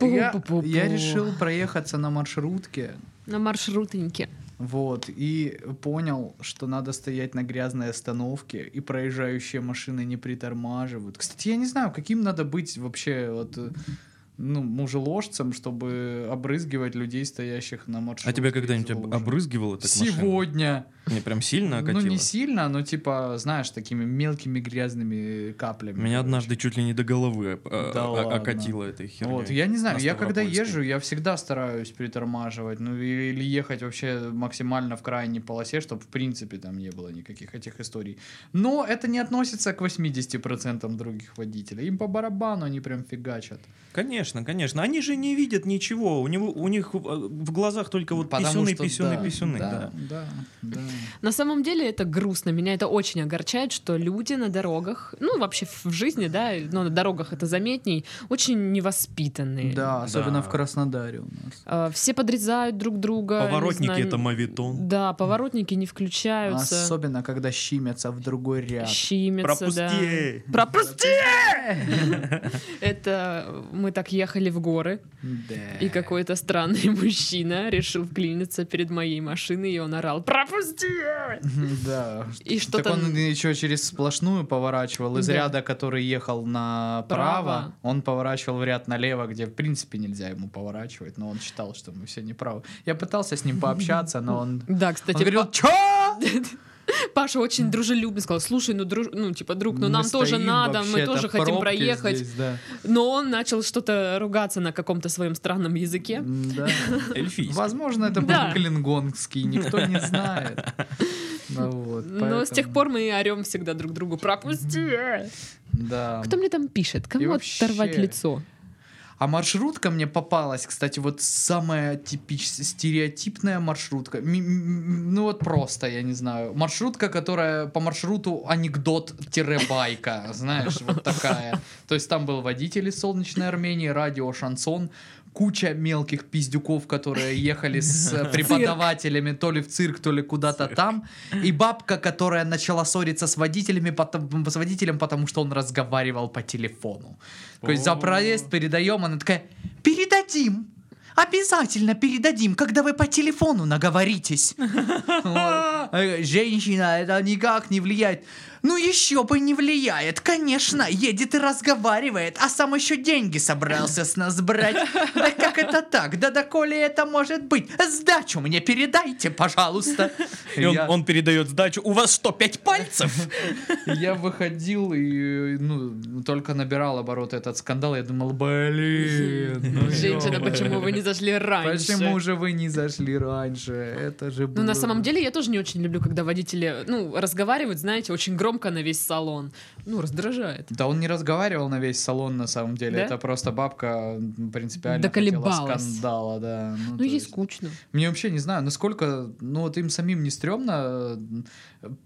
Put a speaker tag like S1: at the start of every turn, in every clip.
S1: Я,
S2: Пу-пу-пу-пу.
S1: я решил проехаться на маршрутке,
S2: На маршрутеньке.
S1: вот, и понял, что надо стоять на грязной остановке, и проезжающие машины не притормаживают. Кстати, я не знаю, каким надо быть вообще вот, э, ну, мужеложцем, чтобы обрызгивать людей, стоящих на маршрутке.
S3: А тебя когда-нибудь
S1: из
S3: об-
S1: лужи.
S3: обрызгивало так машина?
S1: Сегодня.
S3: Мне прям сильно
S1: Ну,
S3: окатило?
S1: не сильно, но типа, знаешь, такими мелкими грязными каплями.
S3: Меня
S1: короче.
S3: однажды чуть ли не до головы э, э,
S1: Да
S3: о-
S1: ладно.
S3: окатило этой херней.
S1: Вот, я не знаю,
S3: На
S1: я когда
S3: Ставропольской.
S1: езжу, я всегда стараюсь притормаживать, ну и- или ехать вообще максимально в крайней полосе, чтобы в принципе там не было никаких этих историй. Но это не относится к 80% других водителей, им по барабану они прям фигачат.
S3: Конечно, конечно. Они же не видят ничего. У, него, у них э, в глазах только Ну, вот
S1: Потому
S3: писюны,
S1: что
S3: писюны,
S1: да,
S3: писюны.
S1: Да,
S3: да.
S1: да, да.
S2: На самом деле это грустно. Меня это очень огорчает, что люди на дорогах, ну вообще в жизни, да, но на дорогах это заметней, очень невоспитанные.
S1: Да, особенно
S3: Да.
S1: в Краснодаре у нас.
S2: Э, Все подрезают друг друга. не
S3: Поворотники
S2: знаю,
S3: это мавитон.
S2: Да, поворотники не включаются.
S1: Особенно, когда щимятся в другой ряд.
S2: Щимятся, да.
S3: Пропусти!
S2: Пропусти! Это мы так ехали в горы,
S1: Да.
S2: и какой-то странный мужчина решил вклиниться перед моей машиной, и он орал «Пропусти!»
S1: Да.
S2: И
S1: Так
S2: что-то...
S1: он еще через сплошную поворачивал из
S2: Да.
S1: ряда, который ехал направо,
S2: Право.
S1: он поворачивал в ряд налево, где в принципе нельзя ему поворачивать, но он считал, что мы все неправы. Я пытался с ним пообщаться, но он,
S2: Да, типа,
S1: он
S2: кстати,
S1: говорил,
S2: Па-
S1: чё?
S2: Паша очень дружелюбно сказал, слушай, ну, друж... ну типа, друг, ну
S1: Мы
S2: нам тоже
S1: стоим
S2: надо, мы
S1: вообще-то,
S2: тоже хотим
S1: пробки
S2: проехать.
S1: здесь, да.
S2: Но он начал что-то ругаться на каком-то своем странном языке.
S1: Да.
S3: Эльфийский.
S1: Возможно, это был
S2: Да.
S1: клингонгский, никто не знает. Ну вот,
S2: Но с тех
S1: поэтому-
S2: пор мы орем всегда друг другу «Пропусти!»
S1: Да.
S2: Кто мне там пишет?
S1: И
S2: Кому
S1: вообще-
S2: оторвать лицо?
S1: А маршрутка мне попалась, кстати, вот самая типичная, стереотипная маршрутка. Ми- м- ну вот просто, я не знаю. Маршрутка, которая по маршруту анекдот-байка, знаешь, вот такая. То есть там был водитель из Солнечной Армении, радио «Шансон», куча мелких пиздюков, которые ехали с э, преподавателями то ли в цирк, то ли куда-то там, и бабка, которая начала ссориться с водителями, потом- с водителем, потому что он разговаривал по телефону. То есть за
S3: О.
S1: проезд передаем, она такая, передадим. Обязательно передадим, когда вы по телефону наговоритесь. Вот. Э, Женщина, это никак не влияет. Ну еще бы не влияет, конечно. Едет и разговаривает, а сам еще деньги собрался с нас брать. Да как это так? Да доколе это может быть? Сдачу мне передайте, пожалуйста.
S3: И он,
S1: Я-
S3: он передает сдачу. У вас что, пять пальцев?
S1: я выходил и ну, только набирал обороты этот скандал. Я думал, блин. ну
S2: Женщина,
S1: ёбать.
S2: почему вы не зашли раньше?
S1: Почему же вы не зашли раньше? Это же
S2: Ну, на
S1: было-
S2: самом деле, я тоже не очень люблю, когда водители, ну, разговаривают, знаете, очень громко на весь салон. Ну, раздражает.
S1: Да он не разговаривал на весь салон, на самом деле.
S2: Да?
S1: Это просто бабка м, принципиально хотела
S2: Доколебалась.
S1: скандала, да. Ну,
S2: Ну,
S1: то
S2: ей
S1: есть-
S2: скучно.
S1: Мне вообще не знаю, насколько, ну вот им самим не стрёмно э,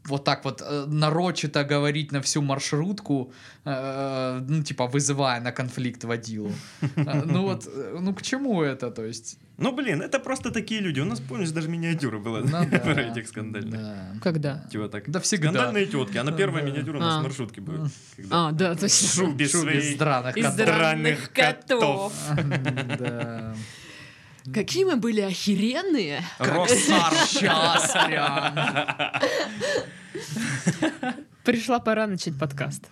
S1: вот так вот э, нарочито говорить на всю маршрутку, э, ну типа вызывая на конфликт водилу. Э, Ну вот, э, ну к чему это, то есть?
S3: Ну, блин, это просто такие люди. У нас, помнишь, даже миниатюра была
S1: Ну да,
S3: про этих скандальных.
S1: да.
S2: Когда?
S3: Типа так.
S1: Да всегда.
S3: Скандальные тетки. Она первая миниатюра у нас
S2: А.
S3: в маршрутке будет. Когда
S2: А, да,
S3: в
S2: точно.
S3: шубе
S1: Шубе
S3: своей.
S1: из драных
S2: Из
S1: котов.
S3: драных
S2: драных котов.
S1: Да.
S2: Какие мы были охеренные.
S3: Росар.
S1: Сейчас прям.
S2: Пришла пора начать подкаст.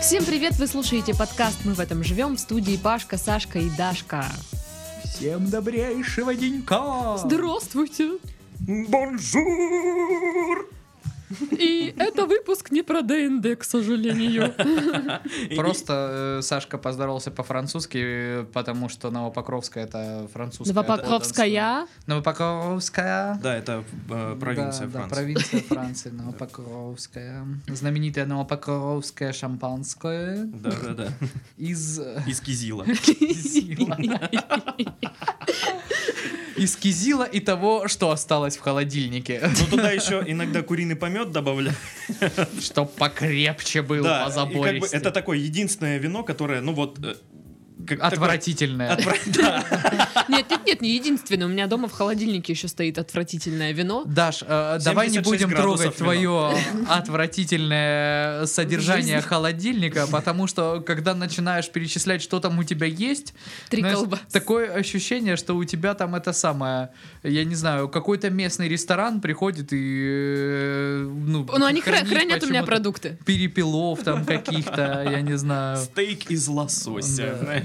S2: Всем привет! Вы слушаете подкаст «Мы в этом живем» в студии Пашка, Сашка и Дашка.
S1: Всем добрейшего денька.
S2: Здравствуйте!
S3: Бонжур!
S2: И это выпуск не про ДНД, к сожалению.
S1: Просто э, Сашка поздоровался по-французски, э, потому что Новопокровская это французская.
S2: Новопокровская.
S1: да, Новопокровская.
S3: Да, это э, провинция
S1: Да, да,
S3: Франции.
S1: провинция Франции, Новопокровская. Знаменитое Новопокровское шампанское
S3: Да, да, да.
S1: из... э,
S3: Ну, Из Кизила.
S1: Кизила. из кизила и того, что осталось в холодильнике.
S3: Ну туда еще иногда куриный помет добавляют.
S1: Чтоб покрепче было,
S3: Да, и как бы
S1: позабористее.
S3: это такое единственное вино, которое, ну вот... э, как такое-
S1: Отвратительное.
S3: отвра- да.
S2: Нет, нет, нет, не единственное. У меня дома в холодильнике еще стоит отвратительное вино.
S1: Даш, э, давай не
S3: 76
S1: будем
S3: градусов
S1: трогать
S3: вино.
S1: твое отвратительное содержание холодильника, потому что когда начинаешь перечислять, что там у тебя есть,
S2: Три
S1: знаешь,
S2: колбасы.
S1: такое ощущение, что у тебя там это самое, я не знаю, какой-то местный ресторан приходит и э, ну,
S2: Ну, они хра-
S1: хранит
S2: хранят у меня
S1: почему-то
S2: продукты.
S1: перепелов там каких-то, я не знаю.
S3: Стейк из лосося,
S1: Да.
S3: знаешь.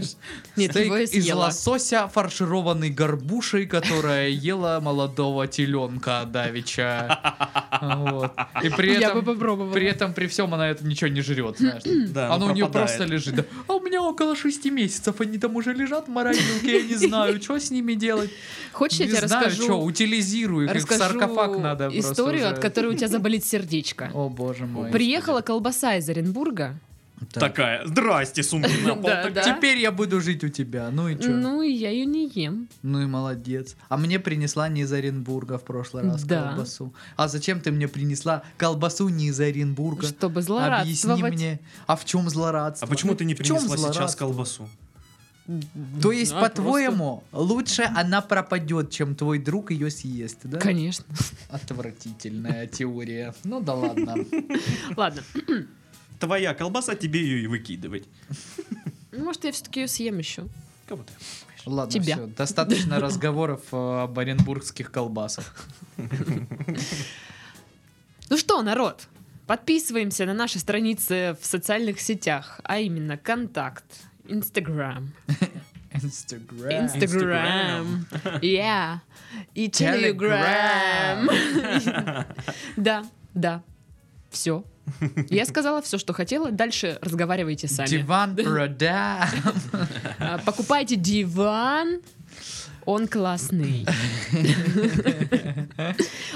S2: Нет,
S1: Стейк
S2: его я
S1: из
S2: съела.
S1: лосося, фаршированный горбушей, которая ела молодого теленка Давича. Вот. И при
S2: Я бы
S1: этом,
S2: попробовала. Хм.
S1: при этом, при всем она это ничего не жрет, знаешь.
S3: Да,
S1: Оно у нее
S3: пропадает.
S1: просто лежит. да. А у меня около шести месяцев, они там уже лежат в морозилке, я не знаю, что с ними делать.
S2: Хочешь, я
S1: Не
S2: тебе
S1: знаю,
S2: расскажу?
S1: что, утилизирую их, их в
S2: расскажу
S1: саркофаг надо просто
S2: историю,
S1: уже.
S2: от которой у тебя заболит сердечко.
S1: О, боже мой.
S2: Приехала колбаса из Оренбурга.
S1: Так.
S3: Такая, здрасте, сумки на пол.
S2: Да,
S3: Так,
S2: да.
S1: Теперь я буду жить у тебя, ну и что?
S2: Ну, и я ее не ем.
S1: Ну и молодец. А мне принесла не из Оренбурга в прошлый раз
S2: Да.
S1: колбасу. А зачем ты мне принесла колбасу не из Оренбурга?
S2: Чтобы
S1: Объясни
S2: злорадствовать.
S1: мне, а в чем злорадство?
S3: А почему ты не
S1: В чём
S3: принесла сейчас
S1: злорадство?
S3: колбасу?
S1: То есть,
S2: Да,
S1: по-твоему, лучше она пропадет, чем твой друг ее съест, да?
S2: Конечно.
S1: Отвратительная теория. Ну да ладно.
S2: Ладно.
S3: Твоя колбаса, тебе ее и выкидывать.
S2: Ну, Может, я все-таки ее съем еще.
S3: Кого ты?
S1: Ладно,
S2: Тебя.
S1: все. Достаточно разговоров э, об оренбургских колбасах.
S2: Ну что, народ, подписываемся на наши страницы в социальных сетях, а именно Контакт, Инстаграм,
S1: Инстаграм.
S2: Инстаграм, yeah, и
S1: Телеграм.
S2: Телеграм. Да, да, все. Я сказала все, что хотела. Дальше разговаривайте сами.
S1: Диван продам.
S2: А, Покупайте диван. Он классный.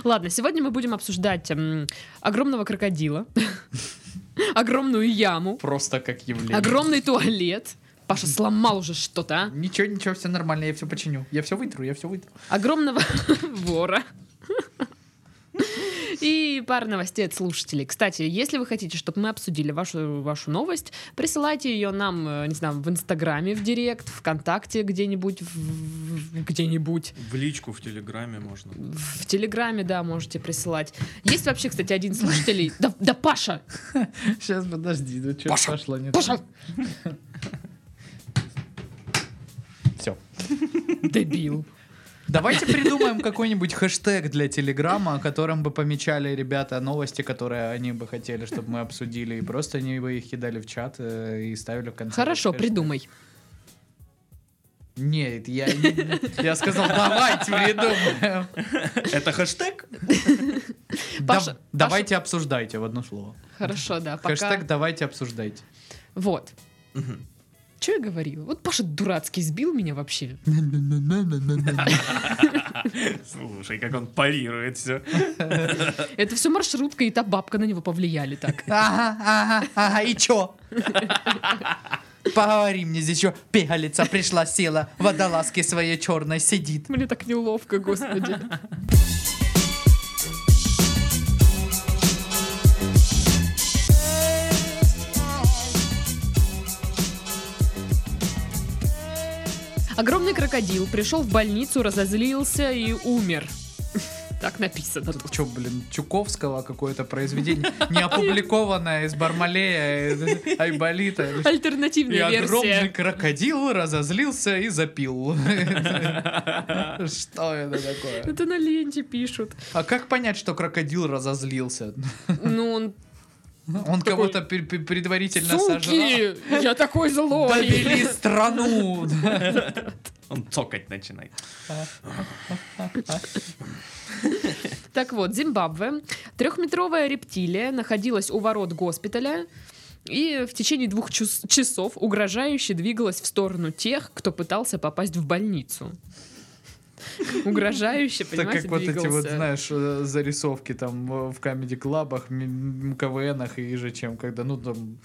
S2: Ладно, сегодня мы будем обсуждать м, огромного крокодила, огромную яму,
S1: Просто как явление.
S2: огромный туалет. Паша сломал уже что-то, а?
S1: Ничего, ничего, все нормально, я все починю. Я все вытру, я все вытру.
S2: Огромного вора. И пара новостей от слушателей. Кстати, если вы хотите, чтобы мы обсудили вашу, вашу новость, присылайте ее нам, э, не знаю, в Инстаграме, в Директ, ВКонтакте где-нибудь, в- в- где-нибудь.
S3: В личку в Телеграме можно.
S2: В Телеграме, да, можете присылать. Есть вообще, кстати, один из слушателей. Да, да Паша!
S1: Сейчас, подожди, ну что
S2: Пошел,
S1: пошло не
S2: Паша!
S1: Все.
S2: Дебил.
S1: Давайте придумаем какой-нибудь хэштег для Телеграма, которым бы помечали ребята новости, которые они бы хотели, чтобы мы обсудили, и просто они бы их кидали в чат э, и ставили в конце.
S2: Хорошо,
S1: этот хэштег.
S2: придумай.
S1: Нет, я, не- я сказал, давайте придумаем.
S3: Это хэштег?
S2: Паша,
S1: Да- Давайте обсуждайте в одно слово.
S2: Хорошо, да, пока.
S1: Хэштег давайте обсуждайте.
S2: Вот. Че я говорила? Вот Паша дурацкий сбил меня вообще.
S3: Слушай, как он парирует все.
S2: Это все маршрутка и та бабка на него повлияли так.
S1: Ага, ага, ага, и чё? Поговори мне здесь еще. Пигалица пришла, села, в водолазке своей черной сидит.
S2: Мне так неловко, господи. Огромный крокодил пришел в больницу, разозлился и умер. Так написано тут.
S1: Чё, блин, Чуковского какое-то произведение, не опубликованное из Бармалея, из Айболита. И
S2: Альтернативная
S1: огромный
S2: версия.
S1: крокодил разозлился и запил. Что это такое?
S2: Это на ленте пишут.
S1: А как понять, что крокодил разозлился?
S2: Ну, он...
S1: Он кого-то пер- пер- предварительно сожрал.
S2: Суки! Я такой злой!
S1: Довели страну!
S3: Он цокать начинает.
S2: Так вот, Зимбабве. Трехметровая рептилия находилась у ворот госпиталя и в течение двух чус- часов угрожающе двигалась в сторону тех, кто пытался попасть в больницу. Угрожающе,
S1: Так
S2: понимаете,
S1: как вот эти вот,
S2: двигался.
S1: знаешь, э, зарисовки там э, в камеди-клабах, КВНах и же чем, когда, ну, там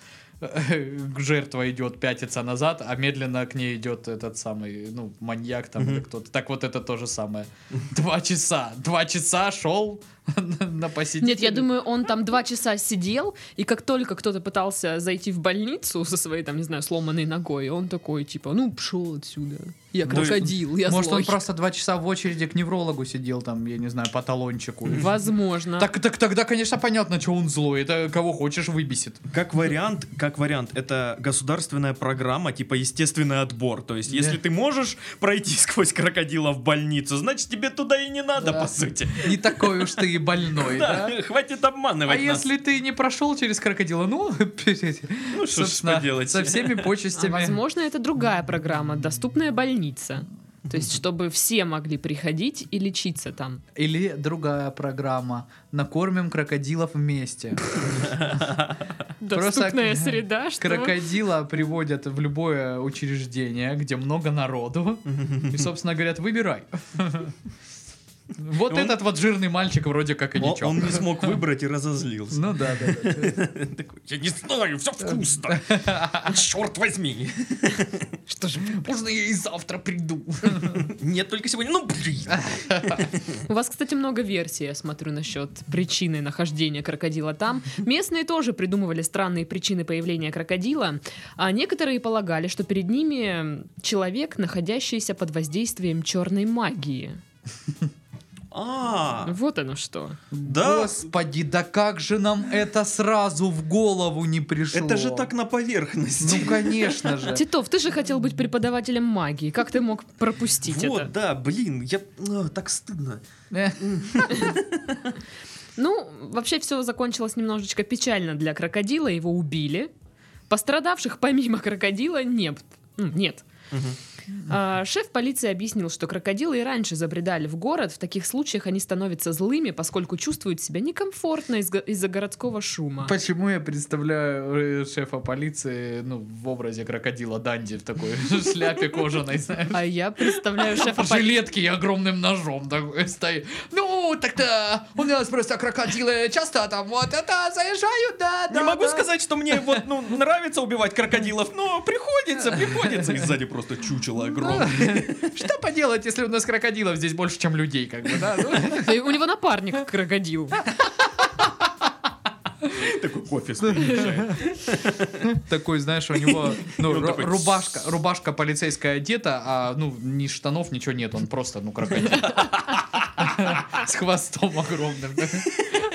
S1: жертва идет, пятится назад, а медленно к ней идет этот самый, ну, маньяк там
S3: Мгм.
S1: или кто-то. Так вот это то же самое. Два часа, два часа шел на посетителя.
S2: Нет, я думаю, он там два часа сидел, и как только кто-то пытался зайти в больницу со своей, там, не знаю, сломанной ногой, он такой, типа, ну, пошел отсюда. Я
S3: Да.
S2: крокодил, я
S1: Может,
S2: злой».
S1: он просто два часа в очереди к неврологу сидел там, я не знаю, по талончику.
S2: Возможно.
S1: Так, так тогда, конечно, понятно, что он злой. Это кого хочешь выбесит.
S3: Как вариант, как вариант, это государственная программа, типа естественный отбор. То есть, если
S1: Да.
S3: ты можешь пройти сквозь крокодила в больницу, значит тебе туда и не надо,
S1: Да.
S3: по сути.
S1: Не такой уж ты и больной, да?
S3: Да, хватит
S1: А
S3: обманывать нас.
S1: если ты не прошел через крокодила, ну,
S3: Ну что ж
S1: собственно,
S3: поделать.
S1: со всеми
S2: А
S1: почестями.
S2: возможно, это другая программа, доступная больница. То есть, чтобы все могли приходить и лечиться там.
S1: Или другая программа. Накормим крокодилов вместе. Просто-
S2: Доступная среда, что...
S1: Крокодила приводят в любое учреждение, где много народу. И, собственно, говорят, выбирай. Вот
S3: Он-
S1: этот вот жирный мальчик вроде как и
S3: О,
S1: ничего.
S3: Он не смог выбрать и разозлился.
S1: Ну да, да, да.
S3: Такой, Я не знаю, все вкусно. Черт возьми.
S1: Что же, можно я и завтра приду?
S3: Нет, только сегодня. Ну, блин.
S1: А.
S2: У вас, кстати, много версий, я смотрю, насчет причины нахождения крокодила там. Местные тоже придумывали странные причины появления крокодила, а некоторые полагали, что перед ними человек, находящийся под воздействием черной магии.
S3: А,
S2: Вот оно что.
S3: да.
S1: Господи, да как же нам это сразу в голову не пришло?
S3: Это же так на поверхности.
S1: Ну, конечно же.
S2: Титов, ты же хотел быть преподавателем магии. Как ты мог пропустить
S3: Вот,
S2: это?
S3: да, блин, я а, так стыдно.
S1: Э,
S2: Ну, вообще все закончилось немножечко печально для крокодила. Его убили. Пострадавших помимо крокодила нет. Ну, Нет. А, шеф полиции объяснил, что крокодилы и раньше забредали в город. В таких случаях они становятся злыми, поскольку чувствуют себя некомфортно из- из-за городского шума.
S1: Почему я представляю э, шефа полиции, ну, в образе крокодила Данди в такой шляпе кожаной, знаешь?
S2: А я представляю шефа
S1: В
S2: полиции.
S1: жилетке и огромным ножом такой стоит. Ну, так-то у нас просто крокодилы часто там вот это заезжают, да, да.
S3: Не могу
S1: да.
S3: сказать, что мне вот, ну, нравится убивать крокодилов, но приходится, приходится. И сзади просто чучело огромное.
S1: Что поделать, если у нас крокодилов здесь больше, чем людей, как бы, да? Ну,
S2: У него напарник крокодил.
S3: Такой кофе смешает.
S1: Такой, знаешь, у него ну,
S3: И он
S1: ру-
S3: такой,
S1: рубашка, рубашка полицейская одета, а ну ни штанов, ничего нет, он просто, ну, крокодил. С хвостом огромным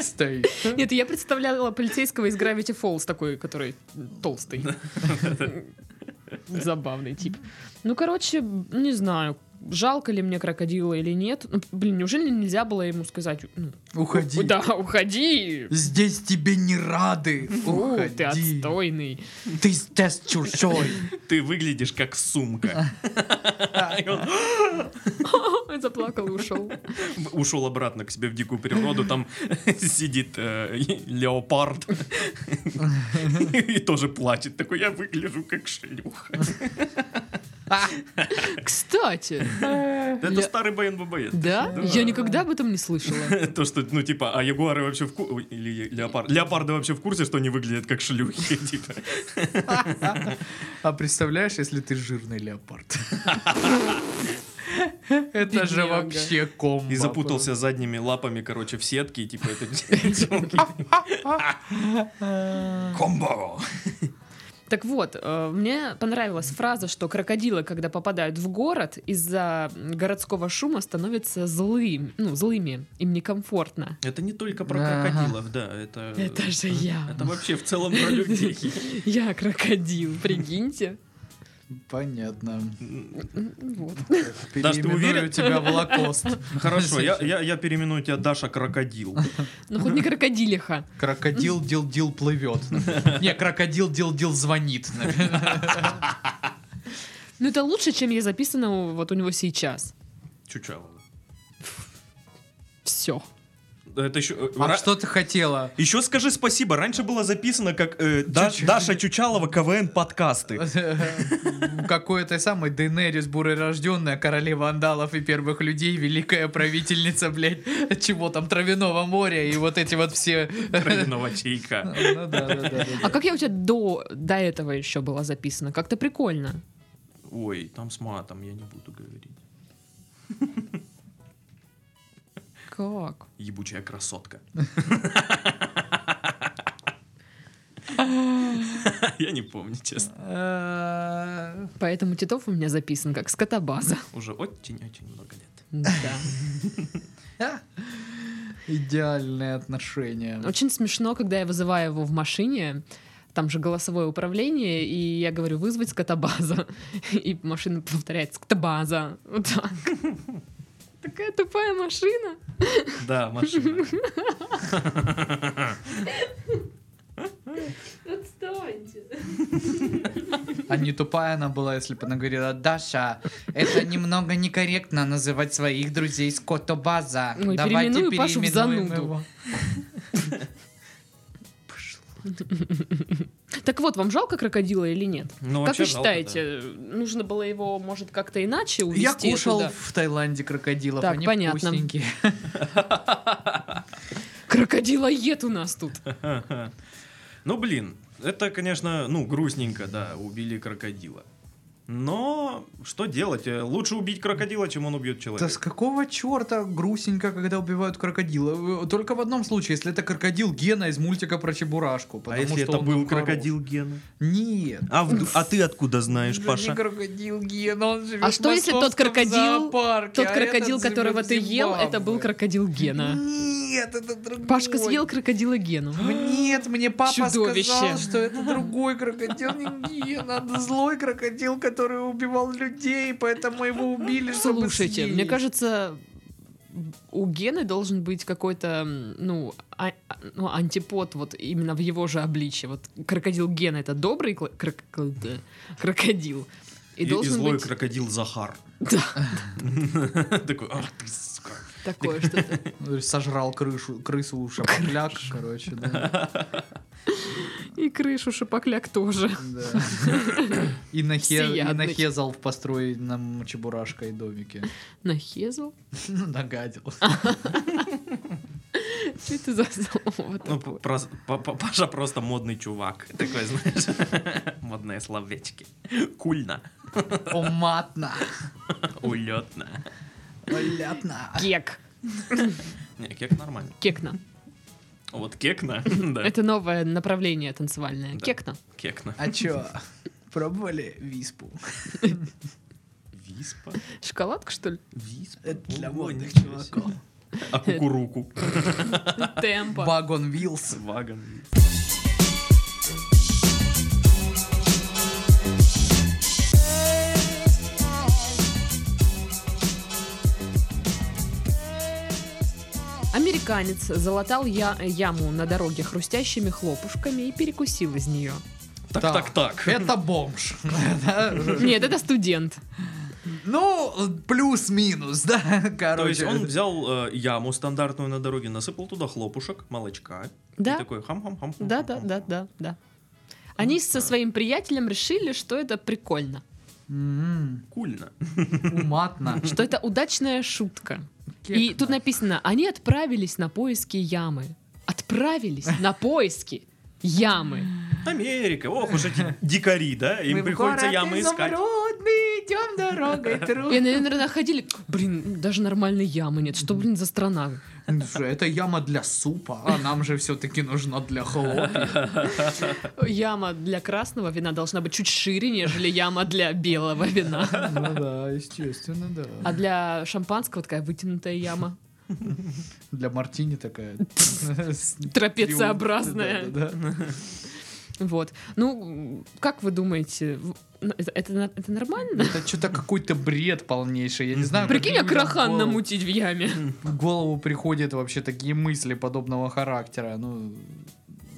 S1: стоит.
S2: Нет, я представляла полицейского из Gravity Falls, такой, который толстый. Забавный тип. Ну, короче, не знаю, жалко ли мне крокодила или нет. Ну, блин, неужели нельзя было ему сказать... ну,
S1: Уходи.
S2: Да, уходи!
S1: Здесь тебе не рады.
S2: Фу, ты
S1: Уходи.
S2: отстойный.
S1: Ты тест чужой.
S3: Ты выглядишь как сумка. И он
S2: Заплакал и ушел.
S3: ушел обратно к себе в дикую природу, там сидит э, леопард и тоже плачет. Такой, я выгляжу как шлюха.
S2: Кстати,
S3: Это
S2: Я-
S3: старый БНББС.
S2: да? Я никогда об этом не слышала.
S3: То, что, ну, типа, а ягуары вообще в курсе, или леопарды, леопарды вообще в курсе, что они выглядят как шлюхи, типа.
S1: А представляешь, если ты жирный леопард? Это же
S2: Бедняга.
S1: вообще комбо.
S3: И запутался задними лапами, короче, в сетке, и, типа, это... Комбо!
S2: Так вот, э, мне понравилась фраза, что крокодилы, когда попадают в город, из-за городского шума становятся злыми, ну, злыми, им некомфортно.
S3: Это не только про
S1: Ага.
S3: крокодилов, да, это...
S2: Это же я.
S3: Это вообще в целом про людей.
S2: Я крокодил, прикиньте.
S1: Понятно.
S2: Вот.
S3: Даш, ты
S1: Переименую
S3: уверен?
S1: тебя в лакост.
S3: Хорошо, я, я, я переименую тебя Даша Крокодил.
S2: Ну, хоть не крокодилиха.
S1: Крокодил дил дил плывет. Не, крокодил дил дил звонит.
S2: Ну, это лучше, чем я записана у- вот у него сейчас.
S3: Чучалова.
S2: Все.
S3: это еще... э,
S1: А
S3: ра-
S1: что ты хотела?
S3: Еще скажи спасибо. Раньше было записано как э, Да-
S1: Чуча-
S3: Даша Чучалова КВН подкасты.
S1: э, Какой-то самой Дейнерис буророжденная, королева андалов и первых людей, великая правительница, блядь, чего там, травяного моря и вот эти вот все...
S3: Травяного чайка.
S1: Ну да, да, да, да,
S2: А
S1: да.
S2: как я у тебя до, до этого еще была записана? Как-то прикольно.
S3: Ой, там с матом я не буду говорить.
S2: Как?
S3: Ебучая красотка. Я не помню, честно.
S1: Э,
S2: Поэтому Титов у меня записан как скотобаза.
S3: Уже очень-очень много лет.
S2: Да.
S1: Э, Идеальные отношения.
S2: Очень смешно, когда я вызываю его в машине, там же голосовое управление, и я говорю вызвать скотобаза. И машина повторяет скотобаза. Вот так. Такая тупая машина.
S3: Да, машина.
S2: Отстаньте.
S1: А не тупая она была, если бы она говорила, Даша, это немного некорректно называть своих друзей скотобаза.
S2: Ой,
S1: Давайте
S2: переименую Пашу в
S1: переименуем
S2: зануду».
S1: его».
S2: Так вот, вам жалко крокодила или нет?
S3: Ну,
S2: как
S3: вообще
S2: вы
S3: жалко,
S2: считаете, нужно было его, может, как-то иначе увезти
S1: Я кушал
S2: туда?
S1: в Таиланде крокодилов,
S2: Так,
S1: они
S2: понятно.
S1: вкусненькие.
S2: Крокодилоед у нас тут.
S3: да. Ну, блин, это, конечно, ну, грустненько, да, убили крокодила. Но что делать? Э, Лучше убить крокодила, чем он убьет
S1: Да с
S3: человека. А
S1: какого черта грустненько, когда убивают крокодила? Э, Только в одном случае, если это крокодил Гена из мультика про Чебурашку.
S3: А
S1: потому
S3: если
S1: что
S3: это
S1: он
S3: был
S1: хорош.
S3: крокодил Гена?
S1: Нет.
S3: А, вд- а ты откуда знаешь,
S1: Это
S3: Паша?
S1: не крокодил Гена, он живет
S2: А что,
S1: в
S2: если тот
S1: московском
S2: крокодил-
S1: зоопарке,
S2: Тот
S1: а
S2: крокодил,
S1: этот
S2: которого
S1: живет в
S2: ты ел, это был
S1: Зимбабве?
S2: крокодил Гена.
S1: Нет, это другой.
S2: Пашка съел крокодила Гену.
S1: Нет, мне папа
S2: Чудовище.
S1: сказал, что это другой крокодил, не Гена, а злой крокодил, который убивал людей, поэтому его убили, чтобы
S2: Слушайте,
S1: съесть.
S2: мне кажется, у Гены должен быть какой-то, м, ну, а- а- ну, антипод вот именно в его же обличье. Вот крокодил Гена — это добрый кл- крок- кл- да, крокодил. И,
S3: И, и
S2: должен
S3: злой
S2: быть
S3: крокодил Захар.
S2: Да.
S3: Такой, ах ты, сука.
S2: такое что-то.
S1: Ну, то есть Сожрал крышу, крысу шапокляк, короче, да.
S2: И крышу шапокляк тоже.
S1: да. И, нахе- и
S2: Всеядный.
S1: нахезал в построенном чебурашкой домике.
S2: Нахезл?
S1: Ну, нагадил.
S2: Что это за слово
S3: Ну,
S2: такое?
S3: прос- Па- Па- Паша просто модный чувак. Такой, знаешь, модные словечки. Кульно,
S1: О, матно,
S3: улетно.
S1: Понятно.
S2: Кек.
S3: Не, кек нормально.
S2: Кекна.
S3: Вот кекна, да.
S2: Это новое направление танцевальное.
S3: Да.
S2: Кекна.
S3: Кекна.
S1: А чё, пробовали виспу?
S3: Виспа?
S2: Шоколадка, что ли?
S3: Виспа?
S1: Это для
S3: О,
S1: модных
S3: ничего себе.
S1: чуваков.
S3: А кукуруку?
S2: Ну, Темпа.
S1: Багон Вилс.
S3: Вагон.
S2: Американец залатал я яму на дороге хрустящими хлопушками и перекусил из нее.
S3: Так,
S1: Да.
S3: так, так.
S1: Это бомж. Да.
S2: Нет, это студент.
S1: Ну, плюс-минус, да, короче.
S3: То есть он взял э, яму стандартную на дороге, насыпал туда хлопушек, молочка. И
S2: Да,
S3: такой хам-хам-хам.
S2: да, да, да, да, да. Они со своим приятелем решили, что это прикольно,
S1: М,
S3: Кульно.
S1: Уматно.
S2: что это удачная шутка. И тут написано, они отправились на поиски ямы. Отправились на поиски ямы.
S3: Америка, ох уж эти дикари, да? Им приходится ямы искать.
S1: идем дорогой
S2: И они, наверное, находили, блин, даже нормальной ямы нет. Что, блин, за страна?
S1: Это яма для супа, а нам же все-таки нужна для хлопьев.
S2: Яма для красного вина должна быть чуть шире, нежели яма для белого вина.
S1: Ну да, естественно,
S2: А
S1: да.
S2: для шампанского такая вытянутая яма.
S1: Для мартини такая.
S2: Трапециобразная.
S1: Да, да, да.
S2: Вот. Ну, как вы думаете, в- это, это на- это нормально?
S1: Это что-то какой-то бред полнейший. Я не знаю, как
S2: Прикинь, а я
S1: людям в
S2: крахан
S1: голову-
S2: намутить в яме.
S1: в голову приходят вообще такие мысли подобного характера. Ну,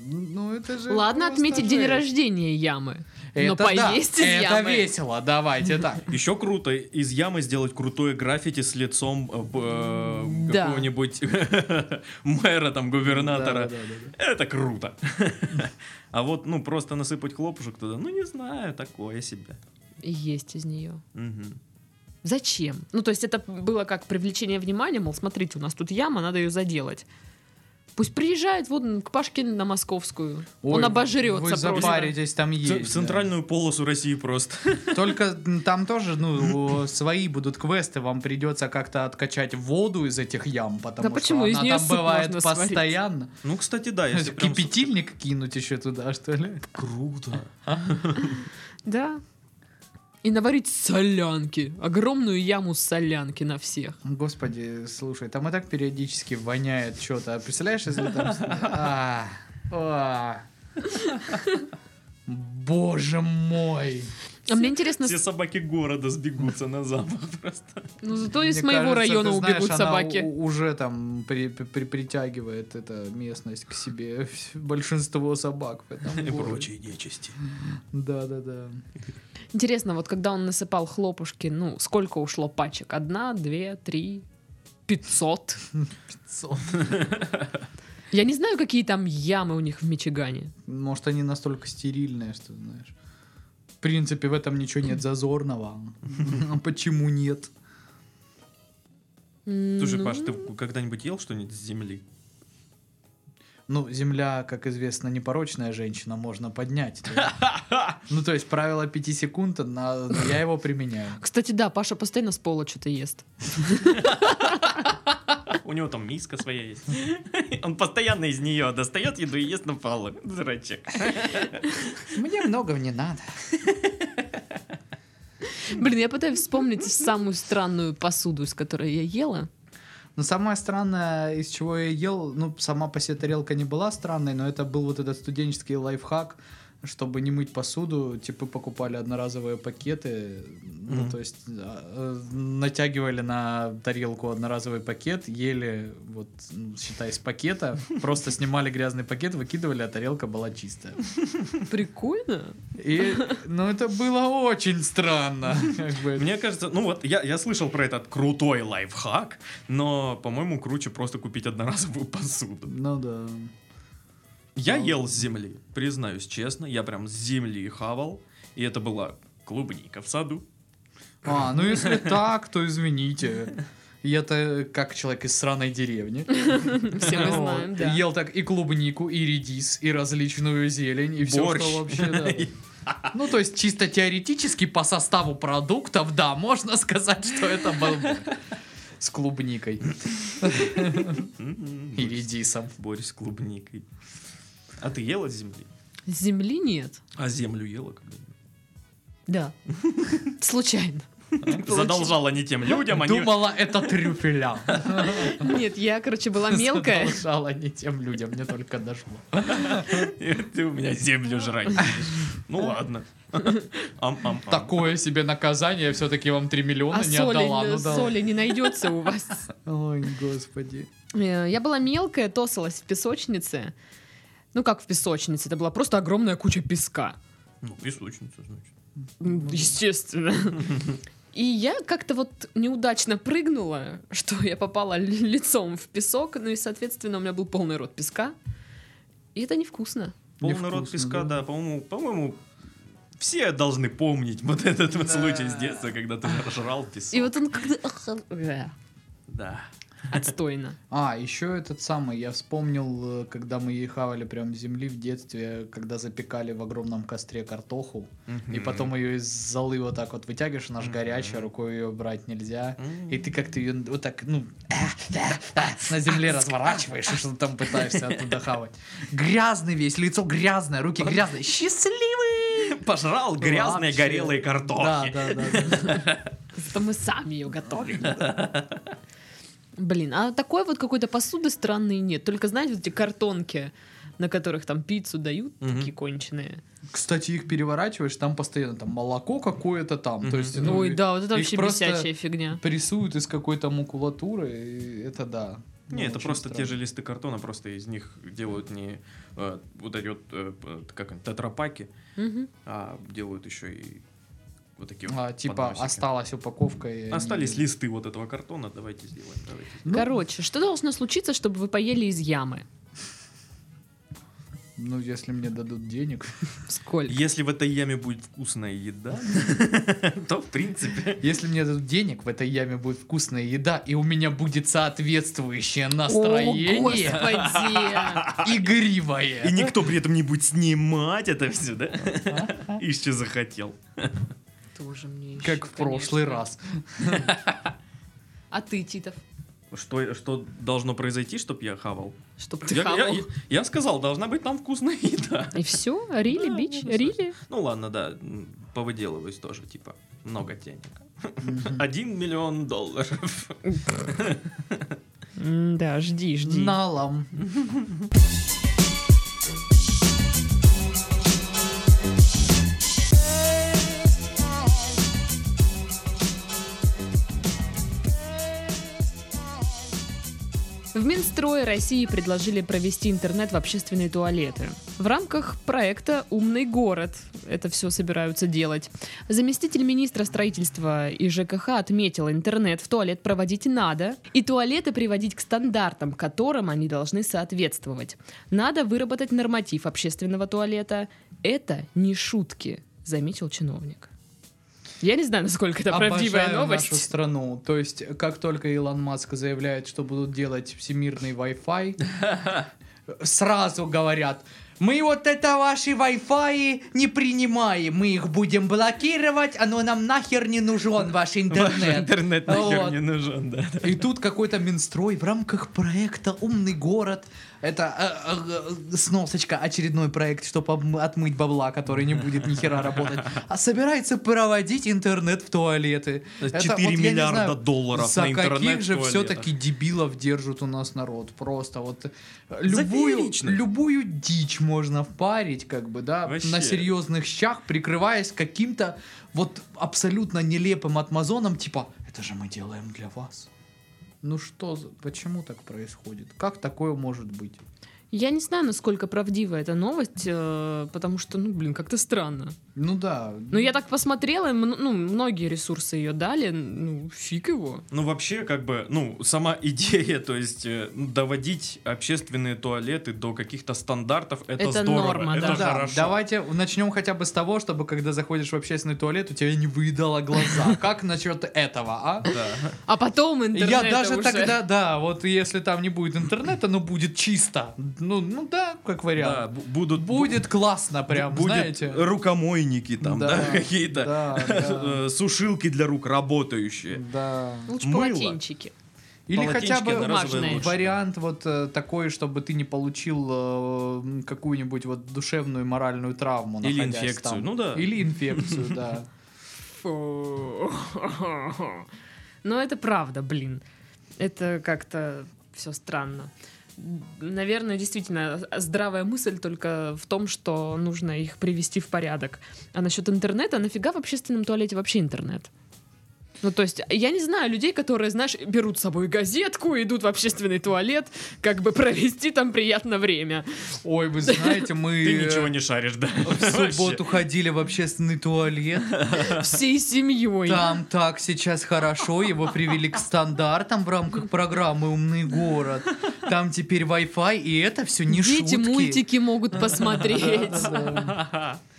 S1: ну это же
S2: Ладно,
S1: просто
S2: отметить день
S1: жесть.
S2: рождения ямы. Но
S1: Это да,
S2: поесть из
S1: это
S2: ямы.
S1: весело, давайте так.
S3: Еще круто из ямы сделать крутое граффити с лицом э, б- э,
S2: Да.
S3: какого-нибудь мэра, там, губернатора.
S1: Да-да-да-да-да.
S3: Это круто. А вот, ну, просто насыпать хлопушек туда, ну, не знаю, такое себе.
S2: И есть из нее.
S3: Мгм.
S2: Зачем? Ну, то есть это было как привлечение внимания, мол, смотрите, у нас тут яма, надо ее заделать. Пусть приезжает вот к Пашке на Московскую. Он
S1: Ой,
S2: обожрется
S1: Вы
S2: просто.
S1: запаритесь, там
S3: Ц-
S1: есть.
S3: В
S1: да.
S3: центральную полосу России просто.
S1: Только м, там тоже, ну, о, свои будут квесты, вам придется как-то откачать воду из этих ям,
S2: Да
S1: потому что
S2: почему? Из
S1: она
S2: неё
S1: там
S2: суп
S1: бывает
S2: можно сварить.
S1: постоянно.
S3: Ну, кстати, да, если прям...
S1: Кипятильник кинуть еще туда, что ли?
S3: Круто.
S2: Да. И наварить солянки. Огромную яму солянки на всех.
S1: Господи, слушай, там и так периодически воняет что-то. Представляешь, если там... с- А, а. Боже мой!
S2: А мне интересно,
S3: Все собаки города сбегутся на запах просто.
S2: ну зато из
S1: Мне
S2: моего
S1: кажется,
S2: района
S1: ты знаешь,
S2: убегут
S1: она
S2: собаки.
S1: у- уже там при- при- при- притягивает эта местность к себе большинство собак. в этом
S3: И
S1: городе.
S3: прочие нечисти.
S1: Да, да, да.
S2: Интересно, вот когда он насыпал хлопушки, ну, сколько ушло пачек? Одна, две, три, пятьсот? Я не знаю, какие там ямы у них в Мичигане.
S1: Может, они настолько стерильные, что, знаешь. В принципе, в этом ничего нет зазорного. А Почему нет?
S3: Слушай,
S2: Ну,
S3: Паш, ты когда-нибудь ел что-нибудь с земли?
S1: Ну, земля, как известно, непорочная женщина, можно поднять. да. Ну, то есть, правило 5 секунд, на- я его применяю.
S2: Кстати, да, Паша постоянно с пола что-то ест.
S3: У него там миска своя есть. Он постоянно из нее достает еду и ест на полу. Дурачок.
S1: Мне многого не надо.
S2: Блин, я пытаюсь вспомнить самую странную посуду, из которой я ела.
S1: Но самое странное, из чего я ел, ну, сама по себе тарелка не была странной, но это был вот этот студенческий лайфхак, чтобы не мыть посуду, типа покупали одноразовые пакеты, ну,
S3: Мгм.
S1: то есть а, э, натягивали на тарелку одноразовый пакет, ели, вот, ну, считай, с пакета, просто снимали грязный пакет, выкидывали, а тарелка была чистая.
S2: Прикольно.
S1: И, ну, это было очень странно. как бы.
S3: Мне кажется, ну вот, я, я слышал про этот крутой лайфхак, но, по-моему, круче просто купить одноразовую посуду.
S1: Ну да.
S3: Я ел с земли, признаюсь честно, я прям с земли хавал, и это была клубника в саду.
S1: А, ну если так, то извините. Я-то как человек из сраной деревни.
S2: Все мы
S1: Вот.
S2: знаем, да.
S1: Ел так и клубнику, и редис, и различную зелень, и все,
S3: Борщ.
S1: что вообще. да. Ну, то есть, чисто теоретически, по составу продуктов, да, можно сказать, что это был борщ с клубникой
S3: М-м,
S1: и
S3: борщ-
S1: редисом.
S3: Борщ с клубникой. А ты ела с земли?
S2: С Земли нет.
S3: А землю ела когда-нибудь?
S2: Да. Случайно.
S3: А? Задолжала не тем людям, они...
S1: Думала, это трюфеля.
S2: Нет, я, короче, была мелкая.
S1: Задолжала не тем людям, мне только дошло.
S3: Ты у меня землю жрать. будешь». Ну ладно. Ам-ам-ам.
S1: Такое себе наказание, все-таки вам 3 миллиона
S2: А
S1: не
S2: соли,
S1: отдала.
S2: э,
S1: ну да.
S2: соли не найдется у вас.
S1: Ой, господи.
S2: Э, Я была мелкая, тосалась в песочнице. Ну как в песочнице? Это была просто огромная куча песка.
S3: Ну, песочница, значит.
S2: М, Естественно. И я как-то вот неудачно прыгнула, что я попала ли- лицом в песок, ну и, соответственно, у меня был полный рот песка. И это невкусно.
S3: Полный рот
S1: Невкусно,
S3: песка,
S1: да.
S3: да, по-моему, по-моему, все должны помнить вот этот вот
S1: Да.
S3: случай с детства, когда ты жрал песок.
S2: И вот он как-то... Бля,
S3: Да.
S2: Отстойно.
S1: А, еще этот самый, я вспомнил, э, когда мы ей хавали прям с земли в детстве, когда запекали в огромном костре картоху, и потом ее из золы вот так вот вытягиваешь, она ж
S3: Мгм.
S1: горячая, рукой ее брать нельзя.
S3: Мгм.
S1: И ты как-то ее вот так, ну, э, на земле разворачиваешь, и что там пытаешься оттуда хавать. Грязный весь, лицо грязное, руки грязные. Счастливый!
S3: Пожрал грязные
S1: Вообще.
S3: горелые
S1: Да,
S3: картохи.
S1: да, да. да.
S2: Зато мы сами ее готовили. Блин, а такой вот какой-то посуды странной нет. Только, знаете, вот эти картонки, на которых там пиццу дают,
S3: Мгм.
S2: такие конченые.
S1: Кстати, их переворачиваешь, там постоянно там молоко какое-то там. То
S3: Мгм.
S1: есть, ну,
S2: Ой,
S1: и-
S2: да, вот это
S1: их
S2: вообще
S1: просто-
S2: бесячая фигня.
S1: прессуют из какой-то макулатуры, и это да.
S3: Не,
S1: Ну,
S3: это
S1: очень
S3: просто
S1: странно.
S3: те же листы картона, просто из них делают не э, вот эти вот э, п- как они, тетрапаки,
S2: Мгм.
S3: а делают еще и вот такие вот
S1: А, типа
S3: подносики.
S1: осталась упаковка. и они-
S3: Остались листы вот этого картона, давайте сделаем. Давайте.
S1: Ну,
S2: Короче, что должно случиться, чтобы вы поели из ямы?
S1: Ну, если мне дадут денег.
S2: Сколько?
S3: Если в этой яме будет вкусная еда, то в принципе.
S1: Если мне дадут денег, в этой яме будет вкусная еда, и у меня будет соответствующее
S2: О,
S1: настроение.
S2: господи!
S3: И
S1: Игривое.
S3: никто при этом не будет снимать это все, да? Ищи захотел.
S2: Тоже мне еще,
S1: Как в прошлый
S2: конечно.
S1: раз.
S2: А ты, Титов,
S3: Что, что должно произойти, чтоб я хавал?
S2: чтоб ты
S3: я, я-
S2: хавал.
S3: я- я сказал, должна быть там вкусная еда.
S2: И все? Рили,
S3: Да,
S2: бич?
S3: ну,
S2: Рили?
S3: Ну ладно, да, м, повыделываюсь тоже, типа, много денег.
S1: Мгм.
S3: Один миллион долларов.
S2: Да, жди, жди.
S1: Налом.
S2: В Минстрое России предложили провести интернет в общественные туалеты. В рамках проекта «Умный город» это все собираются делать. Заместитель министра строительства и ЖКХ отметил, интернет в туалет проводить надо, и туалеты приводить к стандартам, которым они должны соответствовать. Надо выработать норматив общественного туалета. Это не шутки, заметил чиновник. Я не знаю, насколько это правдивая
S1: Обожаю
S2: новость.
S1: нашу страну. То есть, как только Илон Маск заявляет, что будут делать всемирный Wi-Fi, сразу говорят, мы вот это ваши Wi-Fi не принимаем, мы их будем блокировать, оно нам нахер не нужен, ваш
S3: Ваш
S1: интернет.
S3: интернет Ну нахер
S1: Вот.
S3: не нужен, да.
S1: И тут какой-то Минстрой в рамках проекта «Умный город». Это э, э, э, сносочка, очередной проект, чтобы отмыть бабла, который не будет ни хера работать. А собирается проводить интернет в туалеты. Это
S3: 4
S1: вот я не
S3: миллиарда
S1: знаю,
S3: долларов
S1: за
S3: на интернет
S1: каких же
S3: туалетах.
S1: все-таки дебилов держит у нас народ? Просто вот э, любую,
S3: фееричных.
S1: любую дичь можно впарить, как бы, да,
S3: Вообще.
S1: на серьезных щах, прикрываясь каким-то вот абсолютно нелепым атмазоном, типа, это же мы делаем для вас. Ну что, за- почему так происходит? Как такое может быть?
S2: Я не знаю, насколько правдива эта новость, э, потому что, ну, блин, как-то странно.
S1: Ну да.
S2: Но я так посмотрела, м- ну, многие ресурсы ее дали, ну, фиг его.
S3: Ну, вообще, как бы, ну, сама идея, то есть, э, ну, доводить общественные туалеты до каких-то стандартов, это,
S2: Это
S3: здорово,
S2: норма,
S3: это
S1: Ну да,
S3: хорошо.
S1: давайте начнем хотя бы с того, чтобы когда заходишь в общественный туалет, у тебя не выедало глаза. Как насчет этого, а?
S3: Да.
S2: А потом интернет
S1: Я даже тогда, да, вот если там не будет интернета, но будет чисто. Ну, ну да, как
S3: Да,
S1: вариант.
S3: бу- будут,
S1: Будет классно прям,
S3: будет
S1: знаете.
S3: рукомойники там, да,
S1: Да,
S3: какие-то.
S1: да, да.
S3: Э, Сушилки для рук работающие.
S1: Да.
S2: Лучше
S3: мыло.
S2: полотенчики.
S1: Или
S3: Полотенчики
S1: хотя бы
S3: одноразовые
S2: бумажные.
S3: лучше.
S1: вариант вот э, такой, чтобы ты не получил э, м, какую-нибудь вот душевную моральную травму.
S3: Или
S1: находясь
S3: инфекцию,
S1: там.
S3: ну да.
S1: Или инфекцию, да.
S2: Фу. Но это правда, блин. Это как-то все странно. Наверное, действительно, здравая мысль только в том, что нужно их привести в порядок. А насчет интернета, нафига в общественном туалете вообще интернет? Ну, то есть, я не знаю людей, которые, знаешь, берут с собой газетку, идут в общественный туалет, как бы провести там приятно время.
S1: Ой, вы знаете, мы
S3: Ты
S1: э,
S3: ничего не шаришь, да?
S1: в субботу ходили в общественный туалет.
S2: Всей семьей.
S1: Там так сейчас хорошо, его привели к стандартам в рамках программы «Умный город». Там теперь Wi-Fi, и это все не
S2: Дети
S1: шутки.
S2: мультики могут посмотреть.
S1: Да.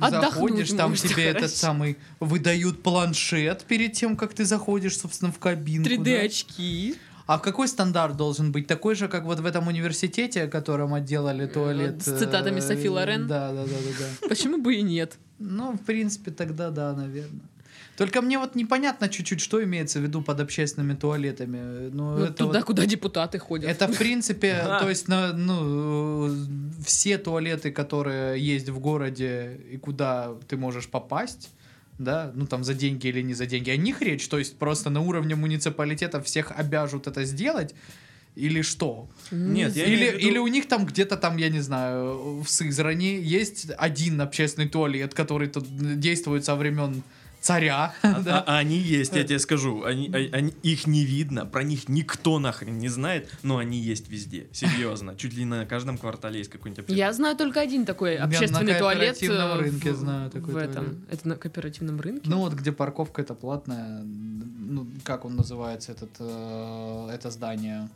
S2: Отдохнуть
S1: Заходишь, там
S2: можно
S1: тебе этот
S2: хорошо.
S1: самый выдают планшет перед тем, как ты заходишь, собственно, в кабинку. да.
S2: 3D-очки.
S1: А какой стандарт должен быть? Такой же, как вот в этом университете, которым отделали туалет.
S2: Э, с цитатами
S1: э,
S2: Софи Лорен?
S1: Да, да, да, да, да.
S2: Почему бы и нет?
S1: Ну, в принципе, тогда да, наверное. Только мне вот непонятно чуть-чуть, что имеется в виду под общественными туалетами. Ну,
S2: Вот
S1: это
S2: туда,
S1: вот-
S2: куда депутаты ходят.
S1: Это, в принципе,
S3: Да.
S1: то есть, на- ну, э, все туалеты, которые есть в городе и куда ты можешь попасть, да, ну там за деньги или не за деньги, о них речь, то есть просто на уровне муниципалитета всех обяжут это сделать, или что?
S2: М,
S3: Нет, я
S1: Или,
S3: имею в виду-
S1: или у них там где-то там, я не знаю, в Сызрани есть один общественный туалет, который тут действует со времен царя.
S3: А- а они есть,
S1: Э.
S3: я тебе скажу. Они, а- они- их не видно, про них никто нахрен не знает, но они есть везде. Серьезно. Чуть ли на каждом квартале есть какой-нибудь аптека.
S2: Я знаю только один такой
S1: Я
S2: общественный
S1: на
S2: туалет.
S1: кооперативном
S2: э,
S1: рынке
S2: в-
S1: знаю такой
S2: в этом.
S1: туалет.
S2: Это на кооперативном рынке?
S1: Ну вот где парковка это платная, ну как он называется этот э, это здание?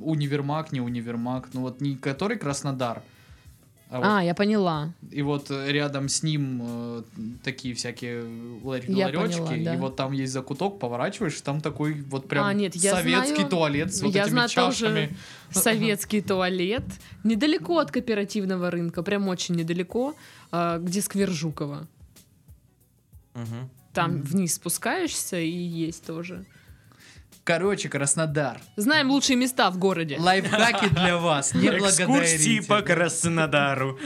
S1: Универмаг, не универмаг, ну вот не который Краснодар. А вот-
S2: А, я поняла.
S1: И вот э, рядом с ним э, такие всякие ларь-
S2: Я
S1: ларечки,
S2: поняла, да.
S1: и вот там есть закуток, поворачиваешь, и там такой вот прям
S2: А, нет, я
S1: советский
S2: знаю-
S1: туалет с вот
S2: я
S1: этими
S2: знаю тоже
S1: чашами.
S2: Советский туалет. Недалеко от кооперативного рынка, прям очень недалеко, а, где сквер Жукова.
S3: Мгм.
S2: Там
S1: Мгм.
S2: вниз спускаешься и есть тоже.
S1: Короче, Краснодар.
S2: Знаем лучшие места в городе.
S1: Лайфхаки для вас. Не
S3: Экскурсии
S1: благодарите.
S3: по Краснодару.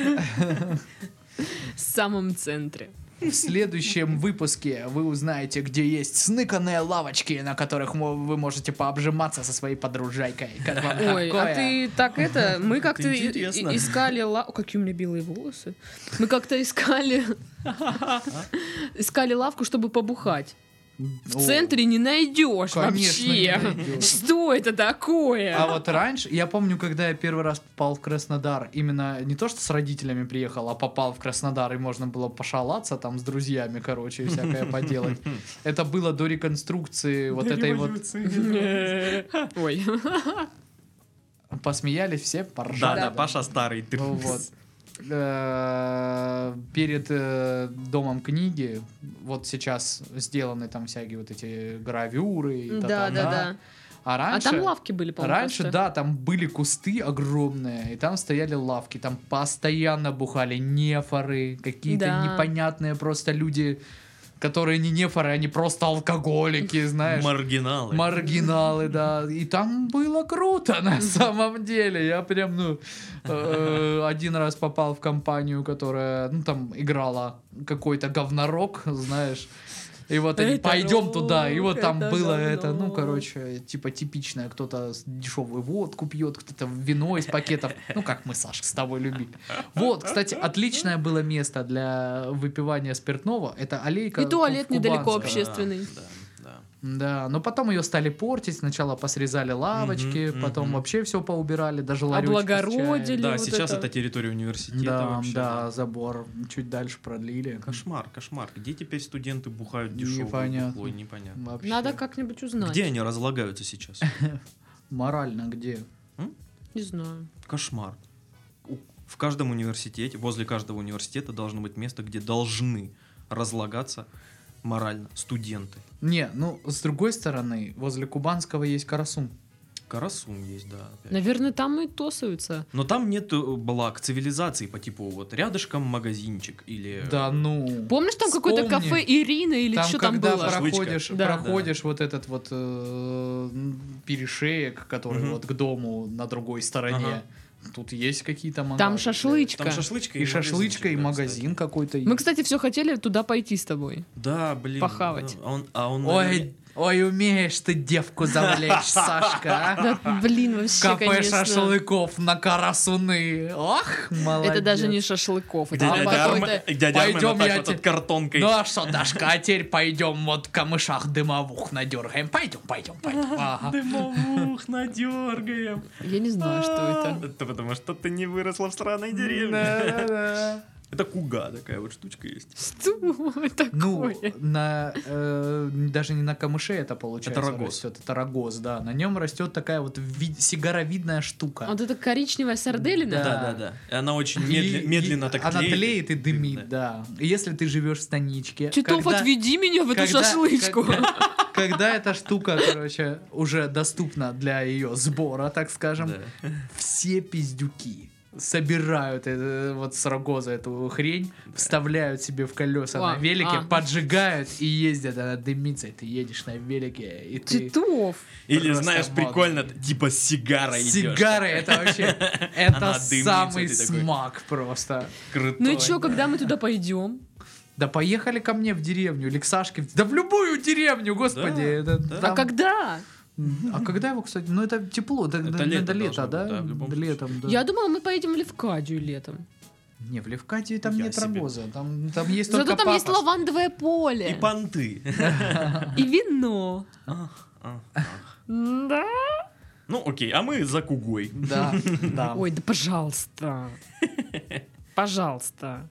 S2: В самом центре.
S1: В следующем выпуске вы узнаете, где есть сныканные лавочки, на которых мо- вы можете пообжиматься со своей подружайкой. Как вам
S2: Ой,
S1: такое?
S2: а ты так это... Мы как-то и-
S3: интересно.
S2: и- искали... ла- О, Какие у меня белые волосы. Мы как-то искали... Искали лавку, чтобы побухать. В
S1: О,
S2: центре не найдешь
S1: конечно, не
S2: вообще.
S1: найдешь.
S2: Что это такое?
S1: А вот раньше, я помню, когда я первый раз попал в Краснодар, именно не то, что с родителями приехал, а попал в Краснодар, и можно было пошалаться там с друзьями, короче, и всякое поделать. Это было до реконструкции вот этой вот...
S2: Ой.
S1: Посмеялись все,
S3: Да,
S1: поржали.
S3: да, Паша старый. ты.
S1: Ну вот. Э, Перед э, домом книги вот сейчас сделаны там всякие вот эти гравюры. и
S2: Да, да,
S1: та-та-та.
S2: да.
S1: А
S2: А
S1: раньше...
S2: там лавки были, по-моему.
S1: Раньше,
S2: просто.
S1: да, там были кусты огромные, и там стояли лавки, там постоянно бухали нефоры, какие-то
S2: Да.
S1: непонятные просто люди, которые не нефоры, они просто алкоголики, знаешь.
S3: Маргиналы.
S1: Маргиналы, да. И там было круто, на самом деле. Я прям, ну, э, один раз попал в компанию, которая, ну, там играла какой-то говнорок, знаешь. И вот они,
S2: Это
S1: пойдем
S2: рок,
S1: туда, и вот там
S2: это
S1: было
S2: говно.
S1: это, ну, короче, типа типичное, кто-то с- дешевую водку пьет, кто-то вино из пакетов, ну, как мы, Сашка, с тобой любили. Вот, кстати, отличное было место для выпивания спиртного, это аллейка
S2: И туалет
S1: Куб-
S2: недалеко
S1: Кубанская.
S3: Да,
S2: общественный.
S3: да, да.
S1: Да, но потом ее стали портить. Сначала посрезали лавочки,
S3: Мгм,
S1: потом
S3: мгм.
S1: вообще все поубирали, даже ларечки с чаем.
S2: Облагородили.
S3: Да,
S2: вот
S3: сейчас
S2: это.
S3: это территория университета
S1: Да,
S3: вообще.
S1: да, забор чуть дальше продлили.
S3: Кошмар, кошмар. Где теперь студенты бухают дешевую
S1: Непонятно.
S3: бухло, непонятно.
S1: Вообще.
S2: Надо как-нибудь узнать.
S3: Где они разлагаются сейчас?
S1: Морально где?
S2: Не знаю.
S3: Кошмар. У- В каждом университете, возле каждого университета должно быть место, где должны разлагаться морально студенты.
S1: Не, ну, с другой стороны, возле Кубанского есть Карасум.
S3: Карасум есть, да. опять.
S2: Наверное, там и тусаются.
S3: Но там нет э, благ цивилизации по типу вот рядышком магазинчик или...
S1: Да ну.
S2: Помнишь, там какое-то
S1: Вспомни.
S2: кафе Ирина или
S1: там,
S2: что там
S1: когда
S2: было?
S3: про-
S1: проходишь,
S2: Шашлычка. Да.
S1: проходишь вот этот вот э, перешеек, который
S3: Мгм.
S1: вот к дому на другой стороне, тут есть какие-то магазины.
S2: Там шашлычка.
S3: Там шашлычка
S1: И шашлычка, и
S3: магазинчик, да,
S1: магазин какой-то есть.
S2: Мы, кстати, все хотели туда пойти с тобой.
S3: кстати. Да, блин.
S2: Похавать.
S3: да. А он, а он,
S1: Ой, ой, умеешь ты девку завлечь, Сашка, а?
S2: Да, блин, вообще,
S1: Кафе
S2: конечно.
S1: шашлыков на карасуны. Ох, молодец.
S2: Это даже не шашлыков. Это
S1: Да,
S2: там
S1: да,
S3: Дядя Армен,
S2: какой-то-
S3: дядя Армен
S1: Пойдем,
S3: вот так
S1: я
S3: вот
S1: те-
S3: от картонкой.
S1: Ну а что, Дашка, а теперь пойдем вот в камышах дымовух надергаем. Пойдем, пойдем, пойдем. Ага.
S3: Дымовух надергаем.
S2: Я не знаю, Ну, а что это.
S3: потому что ты не выросла в странной деревне.
S1: Да-да-да.
S3: Это куга такая вот штучка есть.
S2: Что такое?
S1: Ну, на, э, даже не на камыше это получается.
S3: Это рогоз.
S1: растет. Это рогоз, да. На нем растет такая вот ви- сигаровидная штука.
S2: Вот это коричневая сарделина?
S1: Да.
S3: Да-да-да. И она очень
S1: И-
S3: медли-
S1: и
S3: медленно так
S1: Она
S3: тлеет.
S1: тлеет и дымит, да. И Если ты живешь в станичке...
S2: Титов,
S1: когда-
S2: отведи меня в эту
S1: когда-
S2: шашлычку.
S1: Когда эта штука, короче, уже доступна для ее сбора, так скажем,
S3: Да.
S1: все пиздюки собирают это, вот с рогоза эту хрень, вставляют себе в колеса
S2: Ва,
S1: на велике,
S2: а.
S1: поджигают и ездят, она дымится, и ты едешь на велике, и ты...
S2: Титов.
S3: Или,
S1: Просто
S3: знаешь,
S1: мод.
S3: прикольно, т- типа с сигарой идёшь.
S1: Сигары, это вообще,
S3: Она
S1: это
S3: дымится,
S1: самый
S3: ты такой.
S1: смак просто.
S3: Крутой.
S2: Ну и чё, когда мы туда пойдем?
S1: Да поехали ко мне в деревню или к Сашке. Да в любую деревню, господи. это
S3: да.
S1: там-
S2: А когда?
S1: А когда его, кстати? Ну, это тепло, это,
S3: Это
S1: это
S3: лето
S1: лето,
S3: должно
S1: да?
S3: быть, да, в любом
S1: Летом, да.
S2: Я думала, мы поедем в Левкадию летом.
S1: Не, в Левкатии там
S3: Я
S1: нет
S3: себе.
S1: рогоза. Там, там есть только
S2: Зато там есть
S1: папоротник.
S2: лавандовое поле.
S3: И понты.
S2: И вино.
S3: Ах, ах.
S2: Да.
S3: Ну, окей, а мы за Кугой.
S1: Да, да.
S2: Ой, да пожалуйста. Пожалуйста.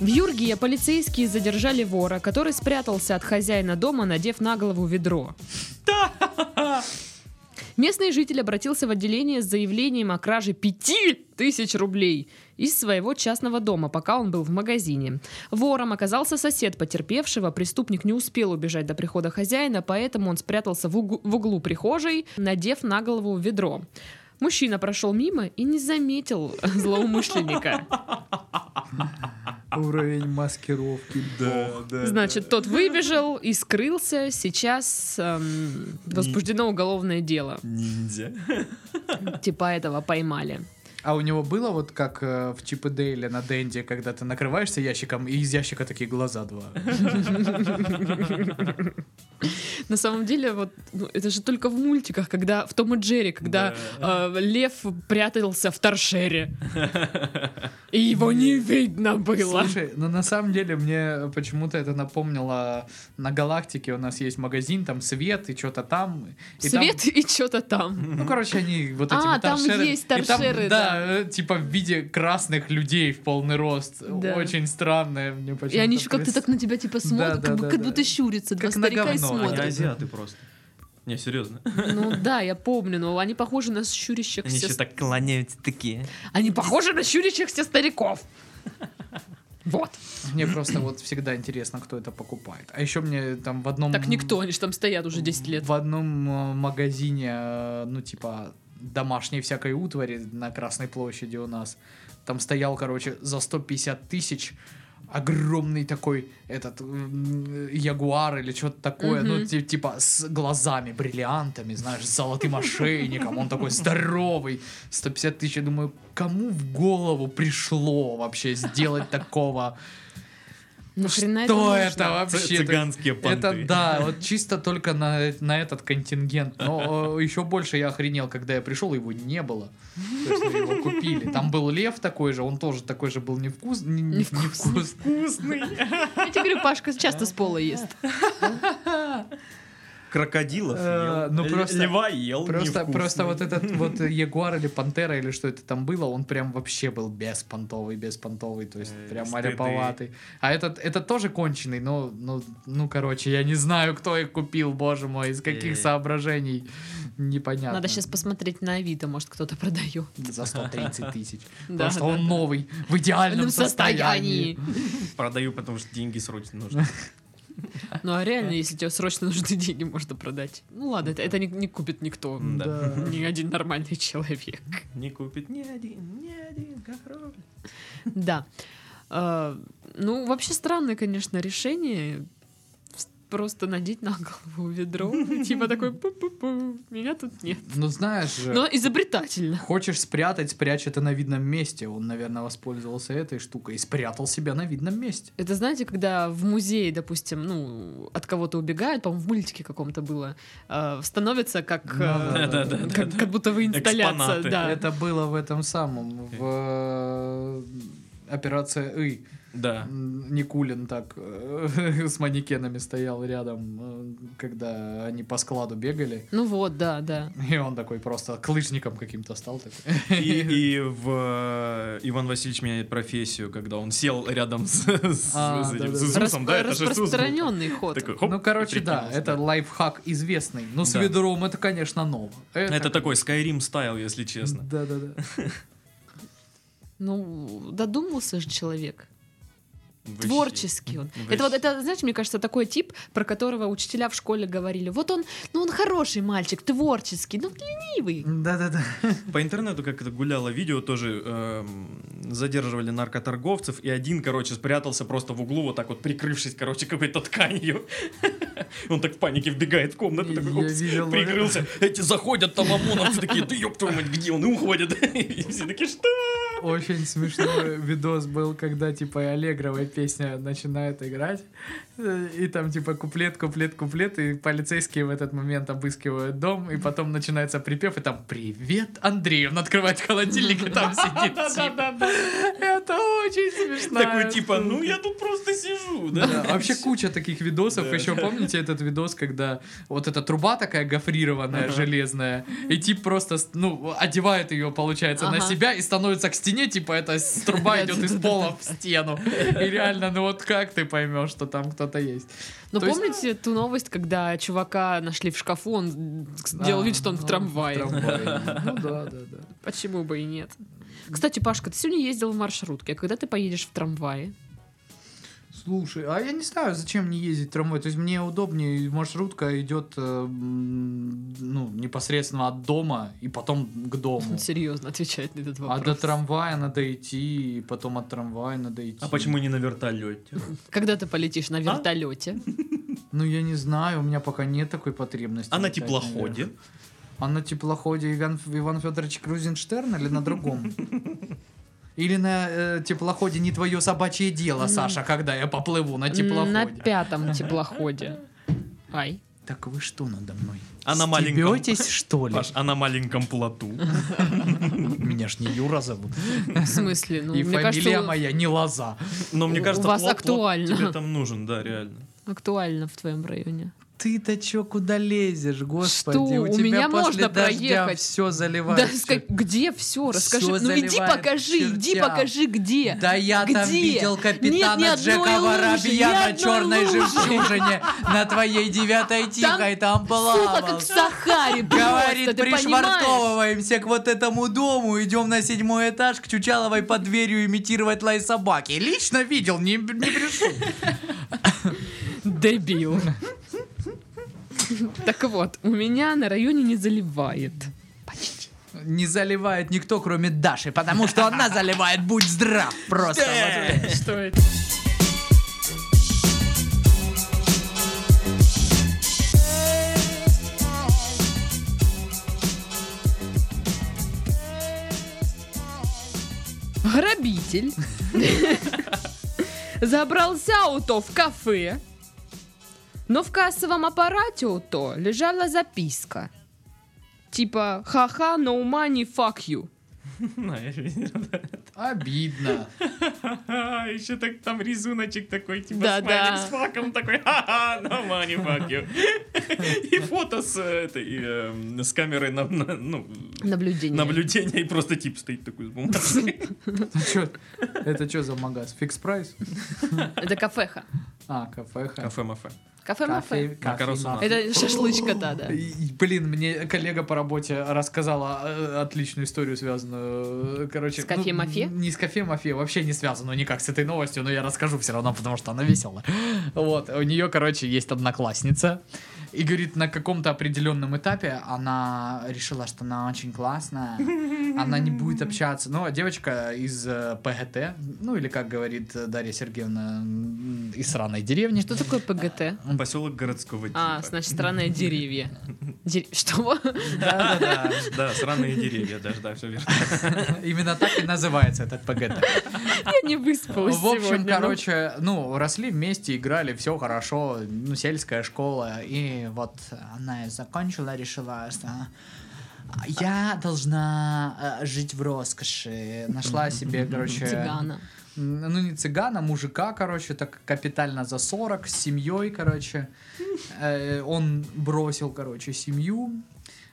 S2: В Юргии полицейские задержали вора, который спрятался от хозяина дома, надев на голову ведро. Местный житель обратился в отделение с заявлением о краже пяти тысяч рублей из своего частного дома, пока он был в магазине. Вором оказался сосед потерпевшего. Преступник не успел убежать до прихода хозяина, поэтому он спрятался в, уг- в углу прихожей, надев на голову ведро. Мужчина прошел мимо и не заметил злоумышленника.
S1: А Уровень маскировки.
S3: Да, да.
S2: Значит, тот выбежал и скрылся. Сейчас эм, возбуждено уголовное дело.
S3: Ниндзя.
S2: Типа этого поймали.
S1: А у него было вот как э, в Чип и Дейле на Денде, когда ты накрываешься ящиком, и из ящика такие глаза два.
S2: На самом деле, вот ну, это же только в мультиках, когда в Том и Джерри, когда э, лев прятался в торшере. И его не видно было.
S1: Слушай, ну на самом деле мне почему-то это напомнило на Галактике у нас есть магазин, там свет и что-то там. И там-
S2: Свет и что-то там.
S1: ну, короче, они вот
S2: А,
S1: эти
S2: там есть торшеры,
S1: да. э, типа в виде красных людей в полный рост.
S2: Да.
S1: Очень странное мне почему-то.
S2: И они еще как-то
S1: прис-
S2: так на тебя типа смотрят,
S1: ну да,
S2: как, бы-
S1: да,
S2: как
S1: да.
S2: будто щурятся, два
S1: Как на
S2: старика и
S1: говно они.
S2: смотрят.
S3: азиаты просто. Не, серьезно.
S2: Ну да, я помню, но они похожи на щурящихся...
S3: Они еще так клоняются такие.
S2: Они похожи на щурящихся стариков. Вот.
S1: Мне просто вот всегда интересно, кто это покупает. А еще мне там в одном...
S2: Так никто, они же там стоят уже 10 лет.
S1: В одном э, магазине, э, ну, типа, домашней всякой утвари на Красной площади у нас. Там стоял, короче, за 150 тысяч огромный такой этот м, ягуар или что-то такое, ну
S2: Мгм.
S1: ти- типа с глазами бриллиантами, знаешь, с золотым ошейником, он такой здоровый, 150 тысяч, я думаю, кому в голову пришло вообще сделать такого,
S2: Нахрена
S1: Ну что
S2: нужно?
S1: это вообще? То есть-
S3: Цыганские понты.
S1: это да, вот чисто только на, на этот контингент. Но еще больше я охренел, когда я пришел, его не было. То есть мы его купили. Там был лев такой же, он тоже такой же был невкус, не- не-
S2: Невкусный.
S1: невкусный.
S2: Я тебе говорю, Пашка часто с пола ест.
S3: Крокодилов
S1: Э,
S3: ел.
S1: ну,
S3: Л-
S1: просто-
S3: Льва ел.
S1: Просто,
S3: невкусный.
S1: просто вот этот вот ягуар или пантера или что это там было, он прям вообще был беспонтовый, беспонтовый, то есть
S3: Э,
S1: прям
S3: стыды.
S1: аляповатый. А этот, этот тоже конченый, но, ну, ну, короче, я не знаю, кто их купил, боже мой, из каких
S3: Э.
S1: соображений, непонятно.
S2: Надо сейчас посмотреть на Авито, может кто-то продает.
S1: за 130 тысяч.
S2: Да,
S1: Потому что
S2: да,
S1: он
S2: да.
S1: новый, в
S2: Ну,
S1: идеальном состоянии.
S3: Продаю, потому что деньги срочно нужны.
S2: Ну а реально, если тебе срочно нужны деньги, можно продать. Ну ладно, это, это не, не купит никто.
S3: М, Да.
S2: Ни один нормальный человек.
S3: Не купит ни один, ни один, как рубль.
S2: Да. А, ну, вообще странное, конечно, решение. С- Просто надеть на голову ведро. Типа такой, «Пу-пу-пу, меня тут нет.
S1: Ну знаешь же,
S2: Но изобретательно.
S1: хочешь спрятать, спрячь это на видном месте. Он, наверное, воспользовался этой штукой и спрятал себя на видном месте.
S2: Это знаете, когда в музее, допустим, ну, от кого-то убегают, по-моему, в мультике каком-то было, э, становится как, э,
S1: Да,
S3: да, да, да,
S2: как,
S3: да.
S2: как будто вы инсталляция.
S3: Экспонаты.
S2: Да.
S1: Это было в этом самом, в э, операция «Ы».
S3: Да.
S1: М, Никулин так э, с манекенами стоял рядом, э, когда они по складу бегали.
S2: Ну вот, да, да.
S1: И он такой просто клышником каким-то стал. Такой.
S3: И, и в э, Иван Васильевич меняет профессию, когда он сел рядом с, с,
S1: А,
S3: с этим,
S1: да-да-да.
S3: с Иисусом, да, это же Иисус был.
S2: распространенный ход.
S3: Такой, хоп,
S1: ну,
S3: и
S1: короче, да,
S3: прикинулся,
S1: это лайфхак известный. Но с
S3: Да.
S1: ведром это, конечно, ново.
S3: Это такой Skyrim стайл, если честно.
S1: Да, да, да.
S2: Ну, додумался же человек.
S3: Вообще.
S2: Творческий он.
S3: Вообще.
S2: Это вот, это, знаешь, мне кажется, такой тип, про которого учителя в школе говорили. Вот он, ну он хороший мальчик, творческий, ну ленивый.
S1: Да, да, да.
S3: По интернету как это гуляло видео тоже эм, задерживали наркоторговцев, и один, короче, спрятался просто в углу, вот так вот прикрывшись, короче, какой-то тканью. Он так в панике вбегает в комнату,
S1: Я
S3: такой, «Упс,
S1: видел.
S3: прикрылся. Эти заходят там ОМОНовцы такие, ты ёб твою мать, где он? И уходят. И все такие, что?
S1: Очень смешной видос был, когда, типа, Аллегровая песня начинает играть, э, и там, типа, куплет, куплет, куплет, и полицейские в этот момент обыскивают дом, и потом начинается припев, и там «Привет, Андрей!» Он открывает холодильник, и там сидит тип. Это очень смешно.
S3: Такой типа, ну я тут просто сижу,
S1: Да, а
S3: да?
S1: вообще куча таких видосов.
S3: Да.
S1: Еще помните этот видос, когда вот эта труба такая гофрированная,
S3: Ага.
S1: железная, и тип просто, с- ну, одевает ее, получается, на
S2: Ага.
S1: себя и становится к стене, типа эта с- труба идет из пола в стену. И реально, ну вот как ты поймешь, что там кто-то есть?
S2: Но
S1: То есть-
S2: помните ту новость, когда чувака нашли в шкафу, он делал
S1: А,
S2: вид, что он в
S1: ну,
S2: трамвае.
S1: в трамвае. Ну да, да, да.
S2: Почему бы и нет? Кстати, Пашка, ты сегодня ездил в маршрутке, а когда ты поедешь в трамвае?
S1: Слушай, а я не знаю, зачем мне ездить трамвай. То есть мне удобнее, маршрутка идет э, м, ну, непосредственно от дома и потом к дому.
S2: Он серьезно отвечает на
S3: Ну,
S2: этот
S1: А
S2: вопрос.
S1: до трамвая надо идти, и потом от трамвая надо идти.
S3: А почему не на вертолете?
S2: Когда ты полетишь
S1: А?
S2: на вертолете?
S1: Ну, я не знаю, у меня пока нет такой потребности.
S3: А на
S1: летать
S3: теплоходе?
S1: наверх. А на теплоходе Иван, Иван Федорович Крузенштерн или на другом? Или на э, теплоходе не твое собачье дело, Саша, когда я поплыву на теплоходе.
S2: На пятом теплоходе. Ай.
S1: Так вы что надо мной?
S3: А на маленьком-
S1: Стебетесь, что ли?
S3: Паш, а на маленьком плоту?
S1: Меня ж не Юра зовут.
S2: В смысле? Ну,
S1: И
S2: мне
S1: фамилия
S2: кажется,
S1: моя не Лоза.
S3: Но мне
S2: У
S3: кажется,
S2: вас
S3: плот- плот
S2: актуально.
S3: тебе там нужен, да, реально.
S2: актуально в твоем районе.
S1: Ты-то чё, куда лезешь, господи?
S2: Что?
S1: У,
S2: У
S1: тебя
S2: меня
S1: после
S2: можно
S1: дождя
S2: проехать.
S1: все заливает.
S2: Да,
S1: всё.
S2: ска- где все? Расскажи.
S1: Всё
S2: ну иди
S1: заливает
S2: покажи, иди
S1: чертя.
S2: покажи, где.
S1: Да я там
S2: Где?
S1: видел капитана
S2: Нет ни одной
S1: Джека
S2: лужи, ни
S1: Воробья на
S2: одной
S1: черной
S2: лужи.
S1: жемчужине на твоей девятой тихой там
S2: Сухо, как в
S1: плавал.
S2: Сахаре
S1: Говорит,
S2: просто, ты понимаешь?
S1: пришвартовываемся к вот этому дому, идем на седьмой этаж к Чучаловой под дверью имитировать лай собаки. Лично видел, не, не пришел.
S2: Дебил. Так вот, у меня на районе не заливает.
S1: Не заливает никто, кроме Даши, потому что она заливает, будь здрав, просто. Вот.
S2: Что это? Грабитель забрался у то в кафе, но в кассовом аппарате у то лежала записка. Типа «Ха-ха, no money, fuck you».
S1: Обидно.
S3: Еще А, так там рисуночек такой, типа
S2: Да,
S3: смайлик
S2: да.
S3: с факом такой, ха-ха, на мани fuck you». И фото с э, этой, эм, с камерой на, на- ну,
S2: Наблюдение.
S3: наблюдения, и просто тип стоит такой с бумажкой.
S1: Ну чё, Это что за магаз? Фикс прайс?
S2: Это кафеха.
S1: А, кафеха.
S3: Кафе-мафе.
S2: Кафе-мафе.
S1: А,
S3: Макаросума.
S2: Это шашлычка, да, да.
S1: И, Блин, мне коллега по работе рассказала э, отличную историю, связанную, э, короче...
S2: С кофе-мафе?
S1: ну, Не с кофе-мафе, вообще не связанную никак с этой новостью, но я расскажу все равно, потому что она веселая. Вот, у нее, короче, есть одноклассница, и говорит, на каком-то определенном этапе она решила, что она очень классная, она не будет общаться. Ну, а девочка из э, ПГТ, ну или как говорит э, Дарья Сергеевна, м, из сраной деревни.
S2: Что такое ПГТ?
S3: Поселок городского типа.
S2: А, значит, странные деревья. Дер- Что?
S3: Да-да-да, да, сраные деревья даже, да, все верно.
S1: Именно так и называется этот ПГТ.
S2: Я не выспалась
S1: В общем,
S2: сегодня, ну.
S1: короче, ну, росли вместе, играли, все хорошо, ну, сельская школа, и вот она и закончила, решила, что я должна э, жить в роскоши. Нашла себе, короче...
S2: Цыгана.
S1: м, Ну, не цыгана, мужика, короче, так капитально за 40, с семьей, короче. Э, Он бросил, короче, семью,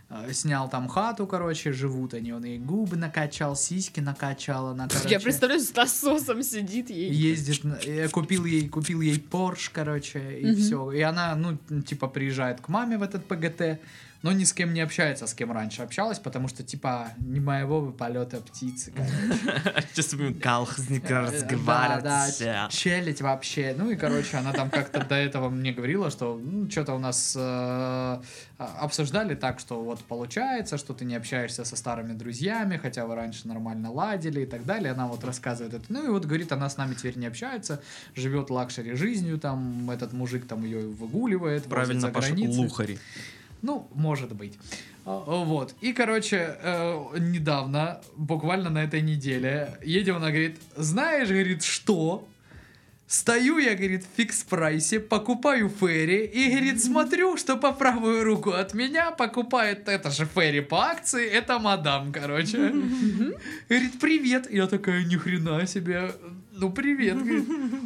S1: э, снял там хату, короче, живут они, он ей губы накачал, сиськи накачал, она, короче
S2: Я представляю, с насосом сидит ей.
S1: ездит, на- я купил ей, купил ей Порш, короче, и
S2: Мгм.
S1: все. И она, ну, типа, приезжает к маме в этот ПГТ, но ни с кем не общается, с кем раньше общалась, потому что, типа, не моего вы полета птицы, короче.
S3: Сейчас Калхзника
S1: Да, да,
S3: разговаривать.
S1: челить вообще. Ну и, короче, она там как-то до этого мне говорила, что, ну, что-то у нас э, обсуждали так, что вот вот получается, что ты не общаешься со старыми друзьями, хотя вы раньше нормально ладили и так далее. Она вот рассказывает это. Ну и вот говорит, она с нами теперь не общается, живет лакшери жизнью, там этот мужик там ее выгуливает, возит
S3: Правильно,
S1: за
S3: Паша,
S1: границей.
S3: лухари.
S1: Ну, может быть. А, Вот. И, короче, э, недавно, буквально на этой неделе, едем, она говорит, знаешь, говорит, что? Стою я, говорит, в фикс-прайсе, покупаю Ферри и, говорит, смотрю, что по правую руку от меня покупает, это же Ферри по акции, это мадам, короче. Говорит, привет. Я такая, ни хрена себе. Ну, привет. Говорит,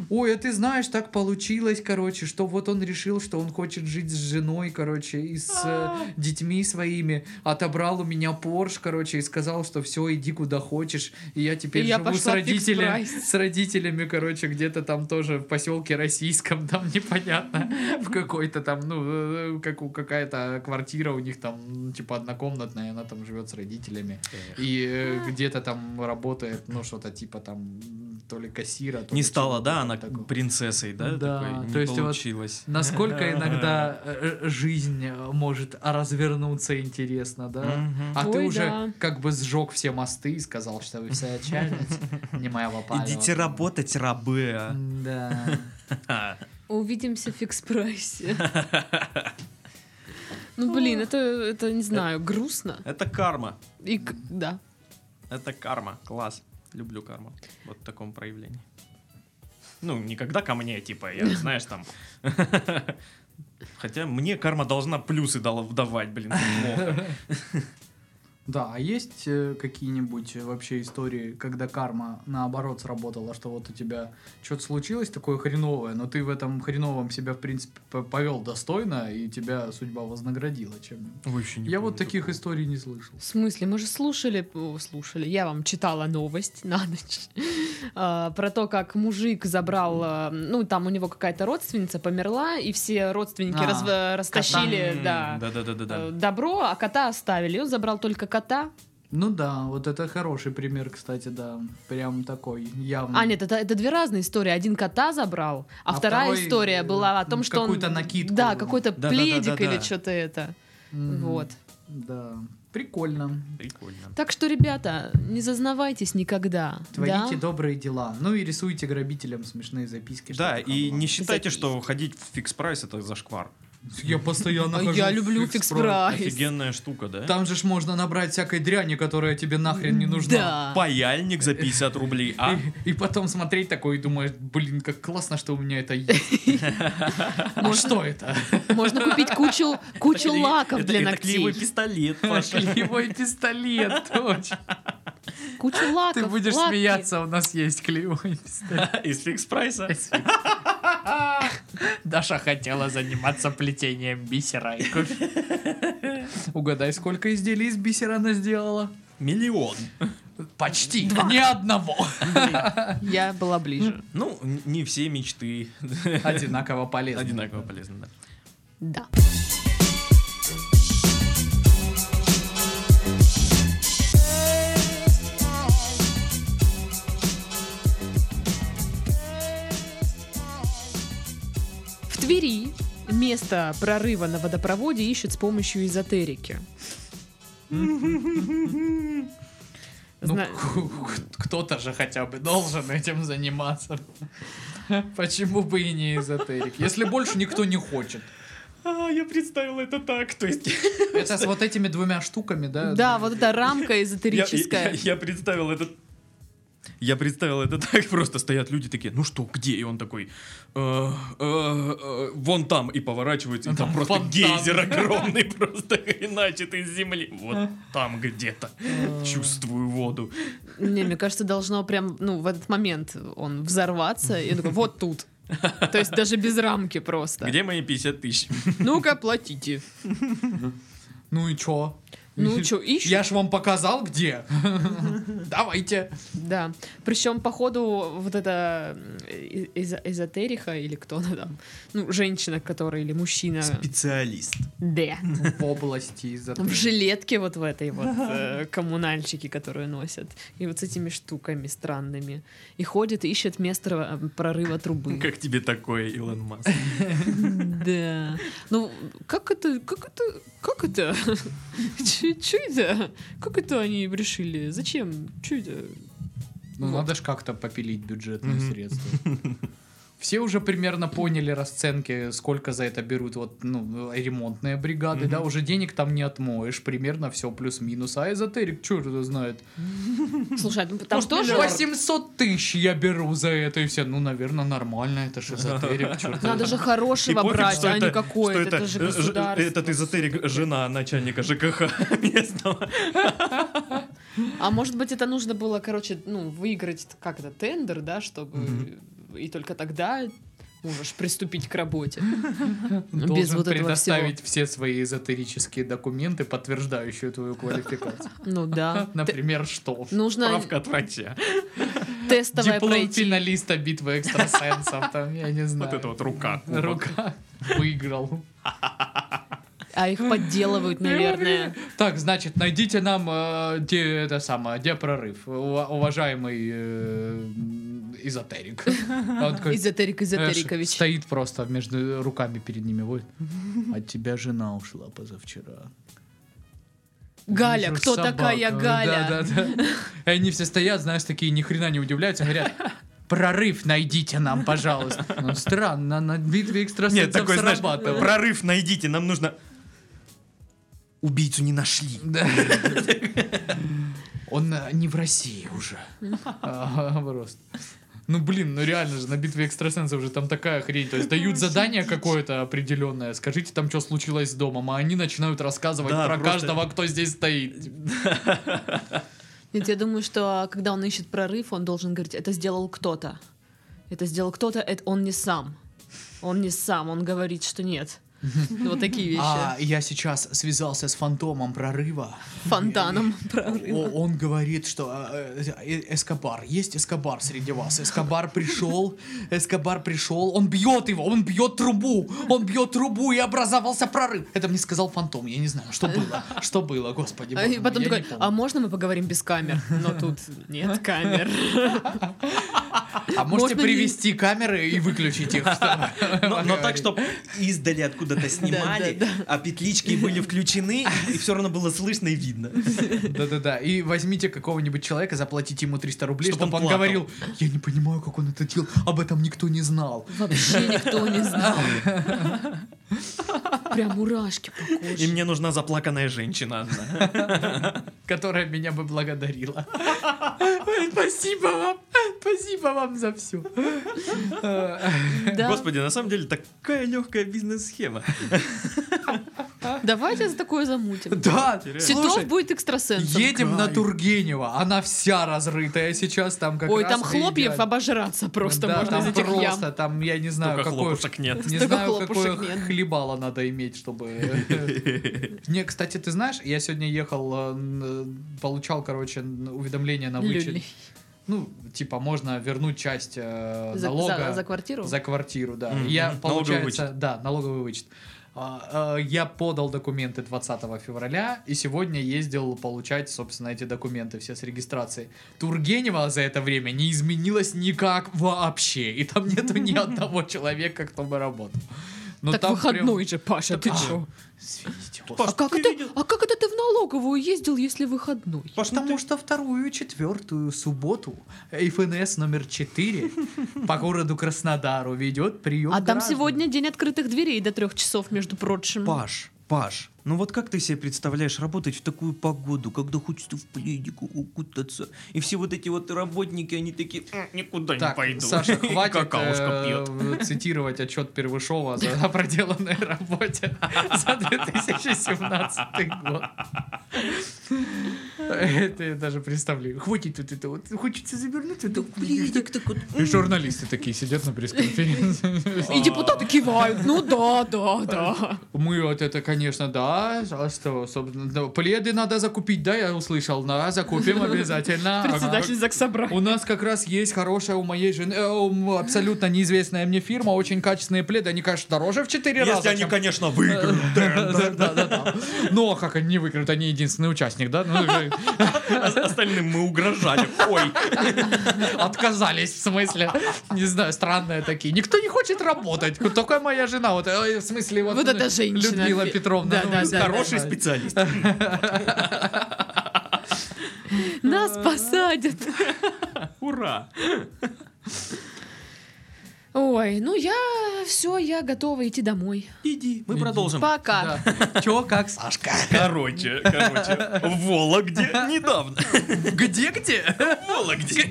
S1: ой, а ты знаешь, так получилось, короче, что вот он решил, что он хочет жить с женой, короче, и с э,
S2: А.
S1: детьми своими. Отобрал у меня Порш, короче, и сказал, что все, иди куда хочешь. И я теперь
S2: И я
S1: живу с
S2: пошла в
S1: родителями,
S2: фикс-прайс.
S1: с родителями, короче, где-то там тоже в поселке российском, там непонятно, в какой-то там, ну, э, как у какая-то квартира у них там, типа, однокомнатная, она там живет с родителями. И э, где-то там работает, ну, что-то типа там, м, то ли кассира, то
S3: Не
S1: ли
S3: стала,
S1: чего-то
S3: да, она
S1: такого.
S3: принцессой, да?
S1: Да,
S3: такой? Не
S1: то есть вот-
S3: получилось.
S1: Насколько иногда э, э, жизнь э, может развернуться интересно, да?
S3: Мгм.
S1: А ты
S2: Ой,
S1: уже
S2: да.
S1: как бы сжег все мосты и сказал, что вы вся отчаялись, не моего папа.
S3: Идите работать, рабы. а.
S1: Да.
S2: Увидимся в фикс-прайсе. Ну, блин, это, это, не знаю, грустно.
S3: Это карма.
S2: И, к- да.
S3: Это карма. Класс. Люблю карму. Вот в таком проявлении. Ну, никогда ко мне, типа, я, знаешь, там... Хотя мне карма должна плюсы дала- давать, блин. плохо.
S1: Да, а есть э, какие-нибудь э, вообще истории, когда карма наоборот сработала, что вот у тебя что-то случилось такое хреновое, но ты в этом хреновом себя, в принципе, п- повел достойно, и тебя судьба вознаградила чем-нибудь?
S3: Вообще не
S1: Я
S3: помню
S1: вот таких
S3: такого.
S1: историй не слышал.
S2: В смысле, мы же слушали, о, слушали, я вам читала новость на ночь а, про то, как мужик забрал, а, ну там у него какая-то родственница померла, и все родственники
S1: А,
S2: раз- э, растащили,
S3: М,
S2: да, э,
S3: Да-да-да-да.
S2: добро, а кота оставили, и он забрал только кота.
S1: Ну да, вот это хороший пример, кстати, да, прям такой явный.
S2: А нет, это, это две разные истории. Один кота забрал, а,
S1: А
S2: вторая
S1: второй,
S2: история
S1: э,
S2: была о том, что он
S1: какую-то накидку.
S2: да, какой-то
S3: Да-да-да-да-да.
S2: пледик или что-то это,
S1: Мгм.
S2: вот.
S1: Да, прикольно.
S3: Прикольно.
S2: Так что, ребята, не зазнавайтесь никогда.
S1: Творите
S2: да?
S1: добрые дела, ну и рисуйте грабителям смешные записки.
S3: Да,
S1: чтобы
S3: и
S1: там
S3: не
S1: было.
S3: считайте, что ходить в фикс-прайс это зашквар.
S1: Я постоянно
S2: А
S1: хожу
S2: Я
S1: в
S2: люблю
S1: фикс-прайс.
S2: фикс-прайс.
S3: Офигенная штука, да?
S1: А, Там же ж можно набрать всякой дряни, которая тебе нахрен не нужна.
S2: Да.
S3: Паяльник за 50 рублей, а?
S1: И, и потом смотреть такой и думаешь, блин, как классно, что у меня это есть. А что это?
S2: Можно купить кучу, кучу
S3: Кле-
S2: лаков
S3: это-
S2: для
S3: это
S2: ногтей.
S3: клеевой пистолет, Паша.
S1: Клеевой пистолет, точно.
S2: Кучу лаков.
S1: Ты будешь
S2: лаки.
S1: смеяться, у нас есть клеевой пистолет.
S3: Из фикс-прайса.
S1: Даша хотела заниматься плетением бисера и купи- Угадай, сколько изделий из бисера она сделала?
S3: Миллион.
S1: Почти. Ни одного.
S2: Я была ближе.
S3: Ну, н- не все мечты
S1: Одинаково полезно.
S3: одинаково полезны, да.
S2: Да. В Твери место прорыва на водопроводе ищут с помощью эзотерики.
S1: Ну,
S2: Зна-
S1: кто-то же хотя бы должен этим заниматься. Почему бы и не эзотерик? Если больше никто не хочет.
S3: А, я представил это так, то есть...
S1: Это с вот этими двумя штуками, да?
S2: Да, вот эта рамка
S3: Я, я-
S2: эзотерическая.
S3: я представил это... Я представил это так, просто стоят люди такие, ну что, где? И он такой, «Э, э, э, вон там, и поворачивается, и
S1: А
S3: там
S1: там
S3: просто
S1: фонтан.
S3: гейзер огромный, просто хреначит из земли.
S2: Э.
S3: Вот там где-то. Чувствую воду.
S2: Не, мне кажется, должно прям, ну, в этот момент он взорваться. И я такой, вот тут. То есть даже без рамки просто.
S3: Где мои 50 тысяч?
S2: Ну-ка, платите.
S1: Ну и чё?
S2: Ну что, ищут?
S1: Я ж вам показал, где. Давайте.
S2: Да. Причем, походу, вот эта э, эзо- эзотериха, или кто она там, ну, женщина, которая, или мужчина,
S3: Специалист.
S2: да,
S1: В области эзотерик.
S2: в жилетке вот в этой вот э, коммунальщике, которую носят, и вот с этими штуками странными, и ходит, и ищет место э, прорыва трубы.
S3: Как тебе такое, Илон Маск?
S2: Да. Ну, как это, как это, как это? Чё чё это? Как это они решили? Зачем? Чё это?
S1: Ну,
S2: Вот.
S1: надо же как-то попилить бюджетные
S3: Мгм.
S1: средства. Все уже примерно поняли расценки, сколько за это берут вот, ну, ремонтные бригады,
S3: Мгм.
S1: да, уже денег там не отмоешь, примерно все плюс-минус, а эзотерик черт его знает.
S2: Слушай, ну там
S3: Может,
S2: тоже...
S1: 800 тысяч я беру за это, и все, ну, наверное, нормально, это же эзотерик, черт
S2: Надо же
S3: И
S2: хорошего
S3: пофиг,
S2: брать,
S3: что
S2: а не
S3: это-
S2: какое-то.
S3: что
S2: Это же
S3: э, ж-
S2: государство.
S3: Этот эзотерик жена начальника ЖКХ местного.
S2: А может быть, это нужно было, короче, ну, выиграть как это, тендер, да, чтобы... И только тогда можешь приступить к работе.
S1: Должен
S2: Без вот этого
S1: предоставить все свои эзотерические документы, подтверждающие твою квалификацию.
S2: Ну да. Т-
S1: Например, что?
S2: Нужно
S3: Справка от врача.
S2: тестовое
S1: Диплом
S2: пройти.
S1: финалиста битвы экстрасенсов, там, я не знаю.
S3: Вот это вот рука. кубок.
S1: Рука выиграл.
S2: А их подделывают, наверное.
S1: Так, значит, найдите нам, э, где это самое, где прорыв, Ува- уважаемый э, эзотерик. А он такой,
S2: Эзотерик
S1: знаешь,
S2: Эзотерикович.
S1: Стоит просто между руками перед ними. Вот. От тебя жена ушла позавчера.
S2: Галя,
S1: Вижу
S2: кто
S1: собаку.
S2: такая Галя?
S1: Да, да, да. И они все стоят, знаешь, такие ни хрена не удивляются, говорят, прорыв найдите нам, пожалуйста. Ну, странно, на битве экстрасенсов
S3: Нет, такой, знаешь,
S1: срабатывает.
S3: прорыв найдите, нам нужно... Убийцу не нашли.
S1: Да. Он э, не в России уже. Ага, Просто. Ну блин, ну реально же, на битве экстрасенсов же там такая хрень. То есть дают задание какое-то определенное. Скажите там, что случилось с домом, а они начинают рассказывать
S3: Да,
S1: про
S3: просто-
S1: каждого, кто здесь стоит.
S2: Нет, я думаю, что а, когда он ищет прорыв, он должен говорить, это сделал кто-то. Это сделал кто-то, это он не сам. Он не сам, он говорит, что нет. Вот такие
S1: А
S2: вещи.
S1: я сейчас связался с фантомом прорыва.
S2: Фонтаном прорыва.
S1: О- он говорит, что э, э, Эскобар, есть Эскобар среди вас. Эскобар пришел, Эскобар пришел, он бьет его, он бьет трубу, он бьет трубу и образовался прорыв. Это мне сказал фантом, я не знаю, что было, что было, господи.
S2: А
S1: боже
S2: и
S1: мой,
S2: потом
S1: я
S2: такой,
S1: не помню.
S2: а можно мы поговорим без камер? Но тут нет камер.
S1: а можете
S2: можно ли-
S1: привести камеры и выключить их? чтобы
S4: Но, но так,
S1: поговорить?»
S4: чтобы издали откуда-то снимали,
S2: Да,
S4: а петлички были включены, и все равно было слышно и видно.
S1: Да-да-да, и возьмите какого-нибудь человека, заплатите ему 300 рублей,
S4: Чтоб
S1: чтобы
S4: он
S1: он
S4: плакал.
S1: говорил, я не понимаю, как он это делал, об этом никто не знал.
S2: Вообще никто не знал. Прям мурашки по
S3: И
S2: коже.
S3: мне нужна заплаканная женщина одна.
S1: которая меня бы благодарила. Спасибо вам, спасибо вам за все. Э,
S2: Да.
S3: Господи, на самом деле такая легкая бизнес-схема.
S2: Давайте за такое замутим.
S1: Да,
S2: Ситов
S1: слушай,
S2: будет экстрасенсом.
S1: едем на
S3: Кайф.
S1: Тургенева, она вся разрытая сейчас, там как
S2: Ой,
S1: раз
S2: там
S1: мы
S2: хлопьев
S1: идеально.
S2: обожраться просто
S1: Да,
S2: можно из
S1: там
S2: этих ям.
S1: просто, там, я не знаю,
S3: Только
S1: какое...
S3: хлопушек нет.
S1: Не
S2: Столько
S1: знаю, какое
S2: хлопушек нет.
S1: хлебало надо иметь, чтобы... Не, кстати, ты знаешь, я сегодня ехал, э, н- получал, короче, н- уведомление на вычет.
S2: Люли.
S1: Ну, типа, можно вернуть часть э,
S2: За- За
S1: налога.
S2: за квартиру?
S1: За квартиру, да.
S3: Мгм.
S1: Я,
S3: Налоговый
S1: получается, да, налоговый вычет. А, э, Я подал документы 20 февраля и сегодня ездил получать, собственно, эти документы все с регистрацией. Тургенева за это время не изменилась никак вообще, и там нету ни одного человека, кто бы работал. Но
S2: Так
S1: ну, там прям-
S2: выходной же, Паша, ты
S1: А,
S2: чё?
S1: Извините,
S2: А
S1: господи.
S2: как это- а как это ты в налоговую ездил, если выходной? А
S1: Потому что вторую и четвертую субботу ФНС номер 4 по городу Краснодару ведет прием
S2: А там сегодня день открытых дверей до трех часов, между прочим.
S4: Паш, Паш, ну вот как ты себе представляешь работать в такую погоду, когда хочется в пледику укутаться, и все вот эти вот работники, они такие...
S3: М, Никуда не
S1: Так,
S3: пойду.
S1: Саша,
S3: И
S1: хватит
S3: Какаушка
S1: э,
S3: пьет.
S1: цитировать отчет Первышова за о проделанной работе за 2017 год. Это я даже представляю. Хватит вот это вот. Хочется завернуть это в пледик. И журналисты такие сидят на пресс-конференции.
S2: И депутаты кивают. Ну да, да, да.
S1: Мы вот это, конечно, да. а что, собственно, да, пледы надо закупить, да, я услышал. Да, закупим обязательно. Ага.
S2: Председатель Заксобрания.
S1: У нас как раз есть хорошая у моей жены, э, ум, абсолютно неизвестная мне фирма, очень качественные пледы, они, конечно, дороже в 4
S3: Если
S1: раза.
S3: они,
S1: чем-
S3: конечно, выиграют.
S1: Да, да, да, да. Ну, а как они не выиграют, они единственный участник, да? Ну, э,
S3: Ос- Остальным мы угрожали. Ой,
S1: Отказались, в смысле. Не знаю, странные такие. Никто не хочет работать. Только моя жена. Вот, э, в смысле, вот,
S5: Вот эта женщина.
S1: Людмила Петровна.
S5: Да,
S1: ну,
S5: да, да,
S3: хороший
S1: да.
S3: специалист.
S2: Нас посадят.
S3: Ура.
S2: Ой, ну я все, я готова идти домой.
S3: Иди, мы продолжим.
S5: Пока.
S1: Да. Чё, как, Сашка?
S3: Короче, короче, в Вологде недавно.
S1: Где-где?
S3: В Вологде.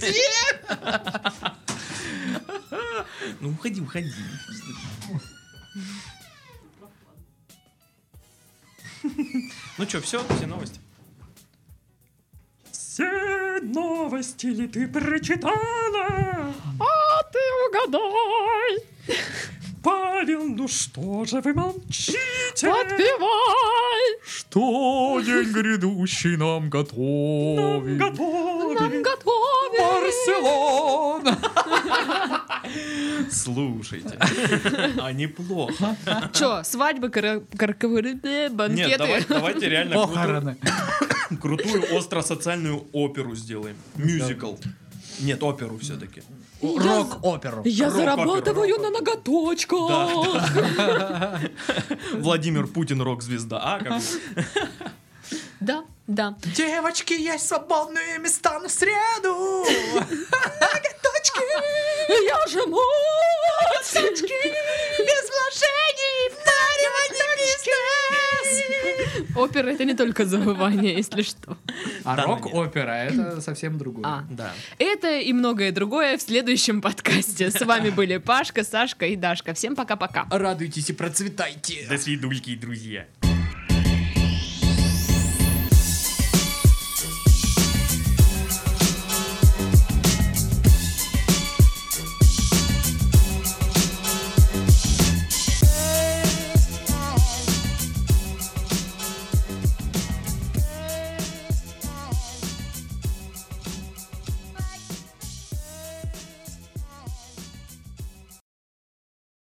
S3: Ну, уходи, уходи. Ну что, все? Все новости? Все новости ли ты прочитала?
S2: А ты угадай,
S3: Павел, ну что же вы молчите?
S2: подпевай,
S1: Что день грядущий нам готовит?
S3: Готовы.
S2: готовим.
S1: Барселона!
S3: Слушайте, а неплохо.
S2: Че, свадьбы, кара- карковыры, банкеты?
S3: Нет, давай- давайте реально крутую-
S1: Похороны.
S3: крутую остро-социальную оперу сделаем. Мюзикл. Нет, оперу все-таки.
S2: Я-
S1: Рок-оперу.
S2: Я
S3: Рок-опера,
S2: зарабатываю на
S3: рок-опера.
S2: ноготочках.
S3: Владимир Путин рок-звезда. А, как бы.
S2: да, да.
S1: Девочки, есть свободные места на среду!
S2: Я же мать!
S1: Без вложений в
S2: Опера это не только завывание, если что.
S1: А
S3: Да, ну
S1: рок-опера — это совсем другое.
S2: А.
S3: Да.
S2: Это и многое другое в следующем подкасте. С вами были Пашка, Сашка и Дашка. Всем пока-пока.
S1: Радуйтесь и процветайте!
S3: До свидульки, друзья.